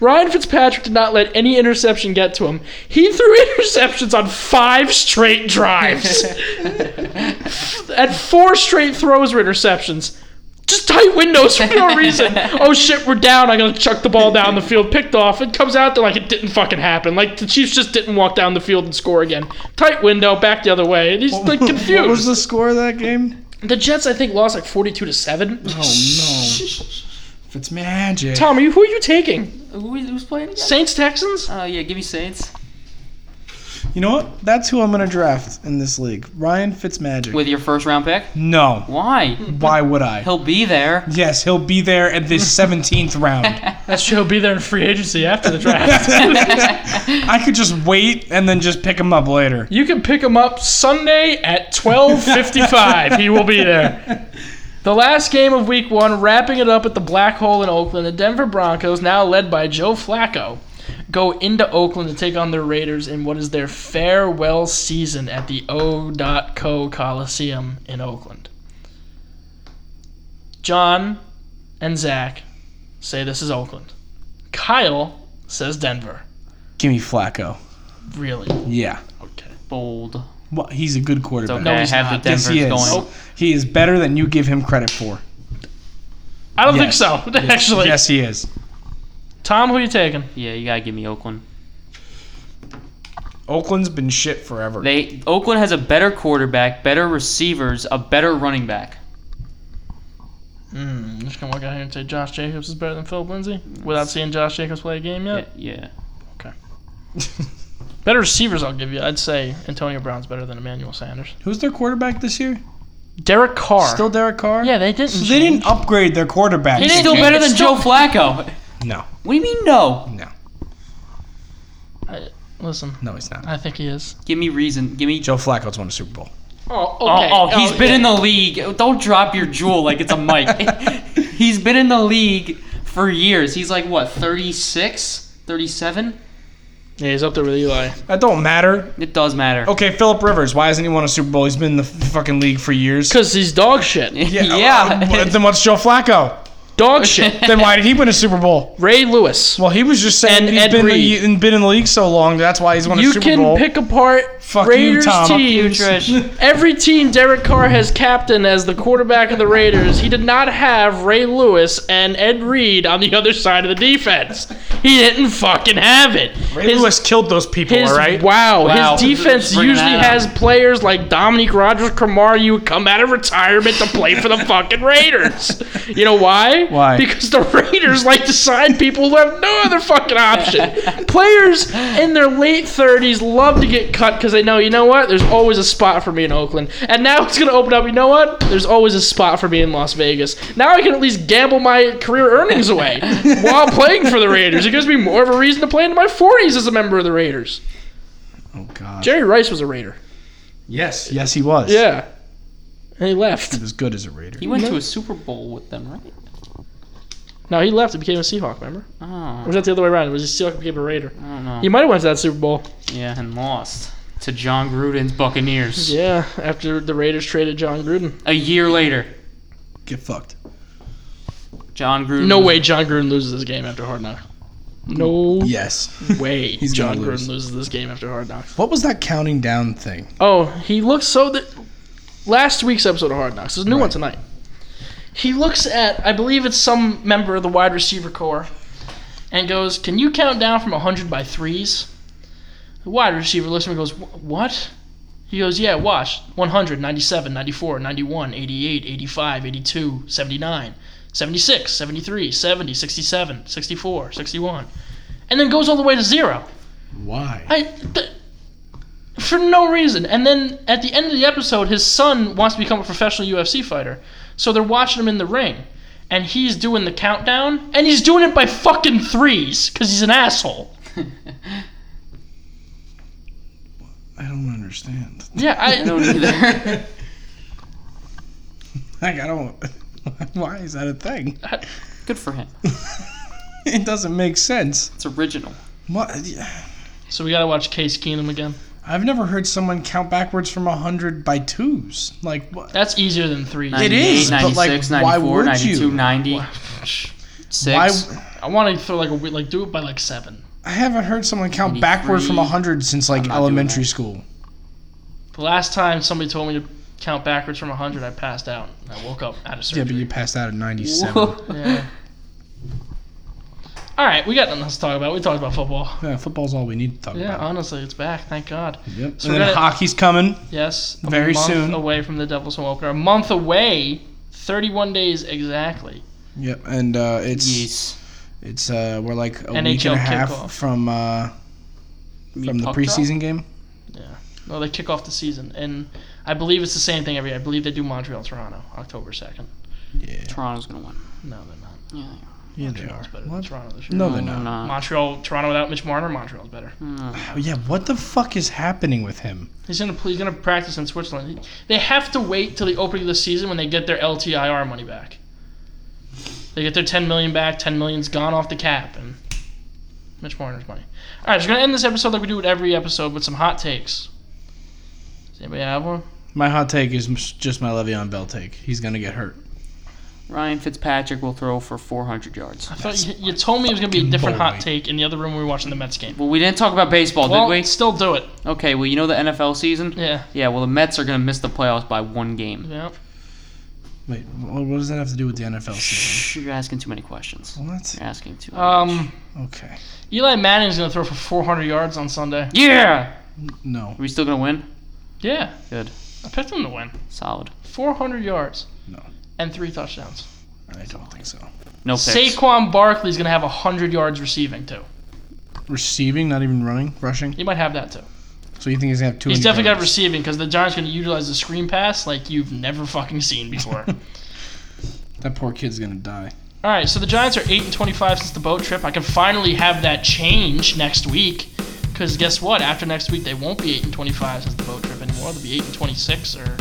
[SPEAKER 1] Ryan Fitzpatrick did not let any interception get to him. He threw interceptions on five straight drives. At four straight throws were interceptions. just tight windows for no reason. oh shit, we're down. I gotta chuck the ball down the field. Picked off. It comes out there like it didn't fucking happen. Like the Chiefs just didn't walk down the field and score again. Tight window, back the other way. And he's like confused.
[SPEAKER 2] What was the score of that game?
[SPEAKER 1] The Jets, I think, lost like forty-two to seven.
[SPEAKER 2] Oh no! If it's magic.
[SPEAKER 1] Tommy, who are you taking?
[SPEAKER 3] Who is, who's playing again?
[SPEAKER 1] Saints Texans?
[SPEAKER 3] Uh, yeah, give me Saints
[SPEAKER 2] You know what? That's who I'm gonna draft in this league. Ryan Fitzmagic.
[SPEAKER 3] with your first round pick.
[SPEAKER 2] no.
[SPEAKER 3] Why?
[SPEAKER 2] Why would I?
[SPEAKER 3] He'll be there.
[SPEAKER 2] Yes, he'll be there at this 17th round.
[SPEAKER 1] That's true. He'll be there in free agency after the draft.
[SPEAKER 2] I could just wait and then just pick him up later.
[SPEAKER 1] You can pick him up Sunday at 12:55. he will be there. The last game of week 1 wrapping it up at the Black Hole in Oakland. The Denver Broncos, now led by Joe Flacco, go into Oakland to take on the Raiders in what is their farewell season at the O.co Coliseum in Oakland. John and Zach say this is Oakland. Kyle says Denver.
[SPEAKER 2] Give me Flacco.
[SPEAKER 1] Really?
[SPEAKER 2] Yeah.
[SPEAKER 1] Okay.
[SPEAKER 3] Bold.
[SPEAKER 2] Well, he's a good quarterback.
[SPEAKER 3] Okay,
[SPEAKER 1] No,
[SPEAKER 3] I
[SPEAKER 1] he's
[SPEAKER 3] have
[SPEAKER 1] not.
[SPEAKER 3] the
[SPEAKER 2] Yes,
[SPEAKER 3] Denver's
[SPEAKER 2] he is.
[SPEAKER 3] going.
[SPEAKER 2] Oh, He is better than you give him credit for.
[SPEAKER 1] I don't
[SPEAKER 2] Yes.
[SPEAKER 1] think so. Actually,
[SPEAKER 2] Yes, he is.
[SPEAKER 1] Tom, who you taking?
[SPEAKER 3] Yeah, you gotta give me Oakland.
[SPEAKER 2] Oakland's been shit forever.
[SPEAKER 3] They Oakland has a better quarterback, better receivers, a better running back.
[SPEAKER 1] Mm, I'm just gonna walk out here and say Josh Jacobs is better than Philip Lindsay without seeing Josh Jacobs play a game yet.
[SPEAKER 3] Yeah. yeah.
[SPEAKER 1] Better receivers, I'll give you. I'd say Antonio Brown's better than Emmanuel Sanders.
[SPEAKER 2] Who's their quarterback this year?
[SPEAKER 1] Derek Carr.
[SPEAKER 2] Still Derek Carr?
[SPEAKER 1] yeah, they didn't.
[SPEAKER 2] So they didn't upgrade their quarterback.
[SPEAKER 1] They
[SPEAKER 3] He's
[SPEAKER 1] didn't-
[SPEAKER 3] still better than
[SPEAKER 1] It's still-
[SPEAKER 3] Joe Flacco.
[SPEAKER 2] No,
[SPEAKER 3] What do you mean no?
[SPEAKER 2] no,
[SPEAKER 1] Listen,
[SPEAKER 2] no, he's not.
[SPEAKER 1] I think he is.
[SPEAKER 3] Give me reason. Give me.
[SPEAKER 2] Joe Flacco's won a Super Bowl.
[SPEAKER 1] Oh,
[SPEAKER 3] Oh, oh,
[SPEAKER 1] he's
[SPEAKER 3] he's been in the league. Don't drop your jewel like it's a mic. he's been in the league for years. He's like what, 36, 37?
[SPEAKER 1] Yeah, he's up there with Eli.
[SPEAKER 2] That don't matter.
[SPEAKER 3] It does matter.
[SPEAKER 2] Okay, Philip Rivers. Why hasn't he won a Super Bowl? He's been in the fucking league for years.
[SPEAKER 1] Cause he's dog shit.
[SPEAKER 3] Yeah.
[SPEAKER 2] uh, what- then what's Joe Flacco?
[SPEAKER 1] Dog shit.
[SPEAKER 2] Then why did he win a Super Bowl?
[SPEAKER 1] Ray Lewis.
[SPEAKER 2] Well, he was just saying
[SPEAKER 1] And
[SPEAKER 2] he's
[SPEAKER 1] Ed
[SPEAKER 2] been,
[SPEAKER 1] Reed.
[SPEAKER 2] in the, been in the league so long. That's why he's won a
[SPEAKER 1] You
[SPEAKER 2] Super
[SPEAKER 1] can
[SPEAKER 2] Bowl.
[SPEAKER 1] pick apart
[SPEAKER 2] Fuck you,
[SPEAKER 1] Raiders
[SPEAKER 2] Tom. Fuck you,
[SPEAKER 1] teams.
[SPEAKER 3] Trish.
[SPEAKER 1] Every team Derek Carr has captained as the quarterback of the Raiders, he did not have Ray Lewis and Ed Reed on the other side of the defense. He didn't fucking have it.
[SPEAKER 2] Ray Lewis killed those people,
[SPEAKER 1] his-
[SPEAKER 2] all right?
[SPEAKER 1] wow,
[SPEAKER 3] Wow.
[SPEAKER 1] his defense
[SPEAKER 3] Just bringing
[SPEAKER 1] usually
[SPEAKER 3] that up.
[SPEAKER 1] has players like Dominique Rogers Cromar. You come out of retirement to play for the fucking Raiders. You know why?
[SPEAKER 2] Why?
[SPEAKER 1] Because the Raiders like to sign people who have no other fucking option. players in their late thirties love to get cut because they know, you know what? There's always a spot for me in Oakland, and now it's gonna open up. You know what? There's always a spot for me in Las Vegas. Now I can at least gamble my career earnings away while playing for the Raiders. It gives me more of a reason to play into my forties as a member of the Raiders.
[SPEAKER 2] Oh, God.
[SPEAKER 1] Jerry Rice was a Raider.
[SPEAKER 2] yes, yes, he was.
[SPEAKER 1] Yeah. And he left.
[SPEAKER 2] He was good as a Raider.
[SPEAKER 3] He went to a Super Bowl with them, right?
[SPEAKER 1] No, he left and became a Seahawk, remember? Or
[SPEAKER 3] Oh,
[SPEAKER 1] was that the other way around? It was a Seahawk and became a Raider.
[SPEAKER 3] I don't know.
[SPEAKER 1] He might have went to that Super Bowl.
[SPEAKER 3] Yeah, and lost to John Gruden's Buccaneers
[SPEAKER 1] Yeah, after the Raiders traded John Gruden.
[SPEAKER 3] a year later.
[SPEAKER 2] Get fucked.
[SPEAKER 3] John Gruden.
[SPEAKER 1] No
[SPEAKER 3] was-
[SPEAKER 1] way John Gruden loses this game after Hard Knocks. No
[SPEAKER 2] Yes.
[SPEAKER 1] way
[SPEAKER 2] He's
[SPEAKER 1] John
[SPEAKER 2] gonna lose.
[SPEAKER 1] Gruden loses this game after Hard Knocks.
[SPEAKER 2] What was that counting down thing?
[SPEAKER 1] Oh, he looks so that last week's episode of Hard Knocks. There's a new one
[SPEAKER 2] Right.
[SPEAKER 1] tonight. He looks at I believe it's some member of the wide receiver core and goes, "Can you count down from 100 by threes? The wide receiver looks at him and goes, "Wh- "What?" He goes, "Yeah, watch. 100, 97, 94, 91, 88, 85, 82, 79, 76, 73, 70, 67, 64, 61." And then goes all the way to 0.
[SPEAKER 2] Why?
[SPEAKER 1] I th- for no reason. And then at the end of the episode, his son wants to become a professional UFC fighter, so they're watching him in the ring, and he's doing the countdown, and he's doing it by fucking threes because he's an asshole.
[SPEAKER 2] I don't understand.
[SPEAKER 1] Yeah, I
[SPEAKER 3] I don't either.
[SPEAKER 2] Like I don't. Why is that a thing?
[SPEAKER 3] Good for him.
[SPEAKER 2] It doesn't make sense.
[SPEAKER 3] It's original.
[SPEAKER 2] What?
[SPEAKER 1] So we gotta watch Case Keenum again.
[SPEAKER 2] I've never heard someone count backwards from hundred by twos. Like what?
[SPEAKER 1] That's easier than threes.
[SPEAKER 2] It is, but, like,
[SPEAKER 3] 96,
[SPEAKER 2] why
[SPEAKER 3] 94,
[SPEAKER 2] would
[SPEAKER 3] 92,
[SPEAKER 2] you?
[SPEAKER 3] 90,
[SPEAKER 2] Why?
[SPEAKER 3] 6.
[SPEAKER 1] I want to throw like a we- like do it by like seven.
[SPEAKER 2] I haven't heard someone count backward from
[SPEAKER 3] 93.
[SPEAKER 2] hundred since like
[SPEAKER 3] not doing
[SPEAKER 2] elementary
[SPEAKER 3] that.
[SPEAKER 2] school.
[SPEAKER 1] The last time somebody told me to count backwards from 100, I passed out. I woke up out of
[SPEAKER 2] Yeah, but
[SPEAKER 1] surgery.
[SPEAKER 2] you passed out at 97.
[SPEAKER 1] Yeah. All right, we got nothing else to talk about. We talked about football.
[SPEAKER 2] Yeah, football's all we need to talk
[SPEAKER 1] Yeah,
[SPEAKER 2] about.
[SPEAKER 1] honestly, it's back. Thank God.
[SPEAKER 2] Yep.
[SPEAKER 1] So
[SPEAKER 2] and
[SPEAKER 1] we
[SPEAKER 2] then
[SPEAKER 1] gotta-
[SPEAKER 2] hockey's coming.
[SPEAKER 1] Yes, a
[SPEAKER 2] Very
[SPEAKER 1] month
[SPEAKER 2] soon.
[SPEAKER 1] away from the Devils' home opener. A month away, 31 days exactly.
[SPEAKER 2] Yep. And uh, it's
[SPEAKER 3] Yeesh.
[SPEAKER 2] it's uh, we're like a week
[SPEAKER 1] NHL
[SPEAKER 2] and a half
[SPEAKER 1] kickoff.
[SPEAKER 2] from uh, from the
[SPEAKER 3] puck drop?
[SPEAKER 2] preseason game.
[SPEAKER 1] Well, they kick off the season, and I believe it's the same thing every year. I believe they do Montreal, Toronto, October 2nd.
[SPEAKER 2] Yeah.
[SPEAKER 3] Toronto's gonna win.
[SPEAKER 1] No, they're not.
[SPEAKER 3] Yeah,
[SPEAKER 2] Yeah, they
[SPEAKER 1] Montreal's
[SPEAKER 2] are.
[SPEAKER 1] better than
[SPEAKER 2] What?
[SPEAKER 1] Toronto this year.
[SPEAKER 2] No, they're not.
[SPEAKER 1] Montreal, Toronto without Mitch Marner, Montreal's better.
[SPEAKER 3] Hmm.
[SPEAKER 2] Oh, yeah. What the fuck is happening with him?
[SPEAKER 1] He's gonna he's gonna practice in Switzerland. He- They have to wait till the opening of the season when they get their LTIR money back. They get their 10 million back. 10 million's gone off the cap, and Mitch Marner's money. All right, so we're gonna end this episode like we do with every episode with some hot takes. Does anybody have one?
[SPEAKER 2] My hot take is m- just my Le'Veon Bell take. He's gonna get hurt.
[SPEAKER 3] Ryan Fitzpatrick will throw for 400 yards.
[SPEAKER 1] I thought you, you told me it was gonna be a different
[SPEAKER 2] bold.
[SPEAKER 1] hot take in the other room we were watching the Mets game.
[SPEAKER 3] Well, we didn't talk about baseball,
[SPEAKER 1] Well,
[SPEAKER 3] Oh, did
[SPEAKER 1] still do it.
[SPEAKER 3] we? Okay. Well, you know the NFL season.
[SPEAKER 1] Yeah.
[SPEAKER 3] Yeah, well, the Mets are going to miss the playoffs by one game.
[SPEAKER 1] Yeah.
[SPEAKER 2] Wait, wh- what does that have to do with the NFL season?
[SPEAKER 3] Shh, You're asking too many questions.
[SPEAKER 2] What?
[SPEAKER 3] You're asking too many.
[SPEAKER 1] Um,
[SPEAKER 2] Okay.
[SPEAKER 1] Eli Manning's gonna throw for 400 yards on Sunday.
[SPEAKER 3] yeah!
[SPEAKER 2] No.
[SPEAKER 3] Are we still going to win?
[SPEAKER 1] Yeah,
[SPEAKER 3] Good.
[SPEAKER 1] I picked him to win.
[SPEAKER 3] Solid.
[SPEAKER 1] 400 yards.
[SPEAKER 2] No.
[SPEAKER 1] And three touchdowns.
[SPEAKER 2] I don't think so.
[SPEAKER 3] No picks.
[SPEAKER 1] Saquon Barkley's going to have 100 yards receiving, too.
[SPEAKER 2] Receiving, not even running, rushing.
[SPEAKER 1] He might have that, too.
[SPEAKER 2] So you think he's gonna have two?
[SPEAKER 1] He's
[SPEAKER 2] in the
[SPEAKER 1] definitely got
[SPEAKER 2] covers?
[SPEAKER 1] receiving because the Giants going to utilize the screen pass like you've never fucking seen before. All
[SPEAKER 2] That poor kid's gonna die.
[SPEAKER 1] right, so the Giants are 8 and 25 since the boat trip. I can finally have that change next week because guess what? After next week, they won't be 8 and 25 since the boat trip anymore. They'll be 8 and 26 or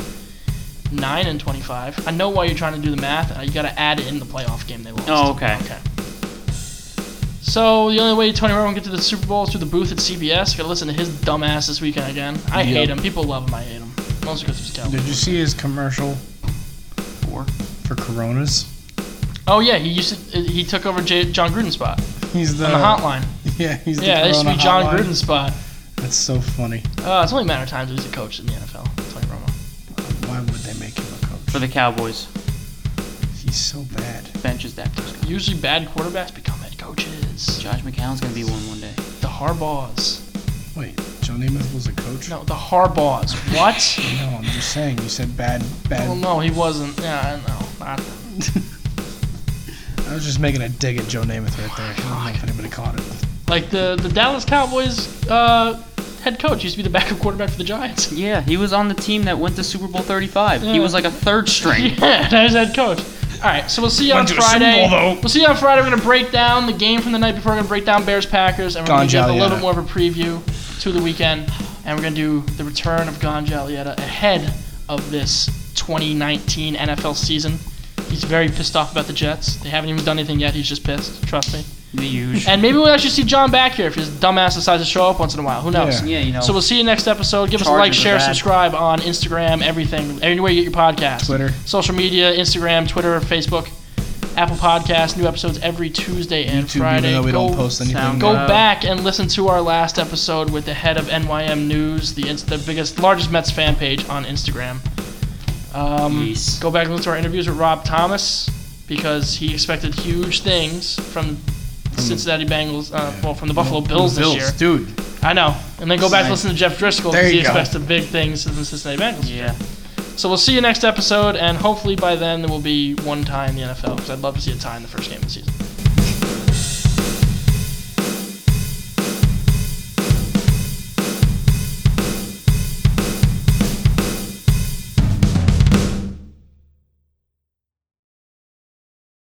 [SPEAKER 1] 9 and 25. I know why you're trying to do the math. uh, You got to add in the playoff game they lost.
[SPEAKER 3] Oh, okay.
[SPEAKER 1] Okay. So the only way Tony Romo can get to the Super Bowl is through the booth at CBS. Got to listen to his dumb ass this weekend again. I hate
[SPEAKER 2] Yep.
[SPEAKER 1] him. People love him. I hate him. Mostly because he's a Cowboy.
[SPEAKER 2] Did you see his commercial
[SPEAKER 3] Four.
[SPEAKER 2] for Coronas?
[SPEAKER 1] Oh yeah, he used to. He took over J- John Gruden's spot
[SPEAKER 2] He's the,
[SPEAKER 1] on the hotline.
[SPEAKER 2] Yeah, he's
[SPEAKER 1] Yeah,
[SPEAKER 2] the
[SPEAKER 1] that used to
[SPEAKER 2] Corona
[SPEAKER 1] be John
[SPEAKER 2] hotline.
[SPEAKER 1] Gruden's spot.
[SPEAKER 2] That's so funny.
[SPEAKER 1] Uh, it's only a matter of time till he's a coach in the NFL. Tony Romo.
[SPEAKER 2] Why would they make him a coach?
[SPEAKER 3] For the Cowboys.
[SPEAKER 2] He's so bad.
[SPEAKER 3] Bench is that close.
[SPEAKER 1] Usually bad quarterbacks become head coaches.
[SPEAKER 3] Josh McCown's going to be one one day.
[SPEAKER 1] The Harbaughs.
[SPEAKER 2] Wait, Joe Namath was a coach?
[SPEAKER 1] No, the Harbaughs. What?
[SPEAKER 2] No, I'm just saying. You said bad, bad.
[SPEAKER 1] well, no, he wasn't. Yeah, I know. Not
[SPEAKER 2] I was just making a dig at Joe Namath right there. I don't know if anybody caught it.
[SPEAKER 1] Like the the Dallas Cowboys uh, head coach used to be the backup quarterback for the Giants.
[SPEAKER 3] Yeah, he was on the team that went to Super Bowl 35. He
[SPEAKER 1] Yeah.
[SPEAKER 3] was like a third string.
[SPEAKER 1] yeah, that is head coach. All right, so we'll see you
[SPEAKER 2] Went
[SPEAKER 1] on
[SPEAKER 2] to a Super
[SPEAKER 1] Friday.
[SPEAKER 2] Bowl, though.
[SPEAKER 1] We'll see you on Friday. We're gonna break down the game from the night before. We're gonna break down Bears Packers, and we're gonna give a
[SPEAKER 2] Gonzalez.
[SPEAKER 1] little bit more of a preview to the weekend. And we're gonna do the return of Gonjalieta ahead of this 2019 NFL season. He's very pissed off about the Jets. They haven't even done anything yet. He's just pissed. Trust me.
[SPEAKER 3] the usual.
[SPEAKER 1] And maybe we'll actually see John back here if his dumbass decides to show up once in a while. Who knows?
[SPEAKER 2] Yeah.
[SPEAKER 3] Yeah, you know.
[SPEAKER 1] So we'll see you next episode. Give us a
[SPEAKER 3] Chargers
[SPEAKER 1] like,
[SPEAKER 3] are
[SPEAKER 1] share,
[SPEAKER 3] bad.
[SPEAKER 1] subscribe on Instagram, everything, anywhere you get your podcast.
[SPEAKER 2] Twitter.
[SPEAKER 1] Social media, Instagram, Twitter, Facebook, Apple Podcasts, new episodes every Tuesday and
[SPEAKER 2] YouTube,
[SPEAKER 1] Friday.
[SPEAKER 2] even though we
[SPEAKER 1] go
[SPEAKER 2] don't post anything.
[SPEAKER 3] sound
[SPEAKER 1] go
[SPEAKER 3] Uh,
[SPEAKER 1] back and listen to our last episode with the head of NYM News, the ins- the biggest, largest Mets fan page on Instagram. Um,
[SPEAKER 3] Yes.
[SPEAKER 1] Go back and listen to our interviews with Rob Thomas because he expected huge things from Cincinnati Bengals, uh, well, from the Buffalo Bills this
[SPEAKER 2] Bills,
[SPEAKER 1] year.
[SPEAKER 2] dude.
[SPEAKER 1] I know. And then go back and
[SPEAKER 2] Nice.
[SPEAKER 1] listen to Jeff Driscoll
[SPEAKER 2] There
[SPEAKER 1] because he
[SPEAKER 2] you go.
[SPEAKER 1] expects the big things from the Cincinnati Bengals.
[SPEAKER 3] yeah.
[SPEAKER 1] So we'll see you next episode, and hopefully by then there will be one tie in the NFL because I'd love to see a tie in the first game of the season.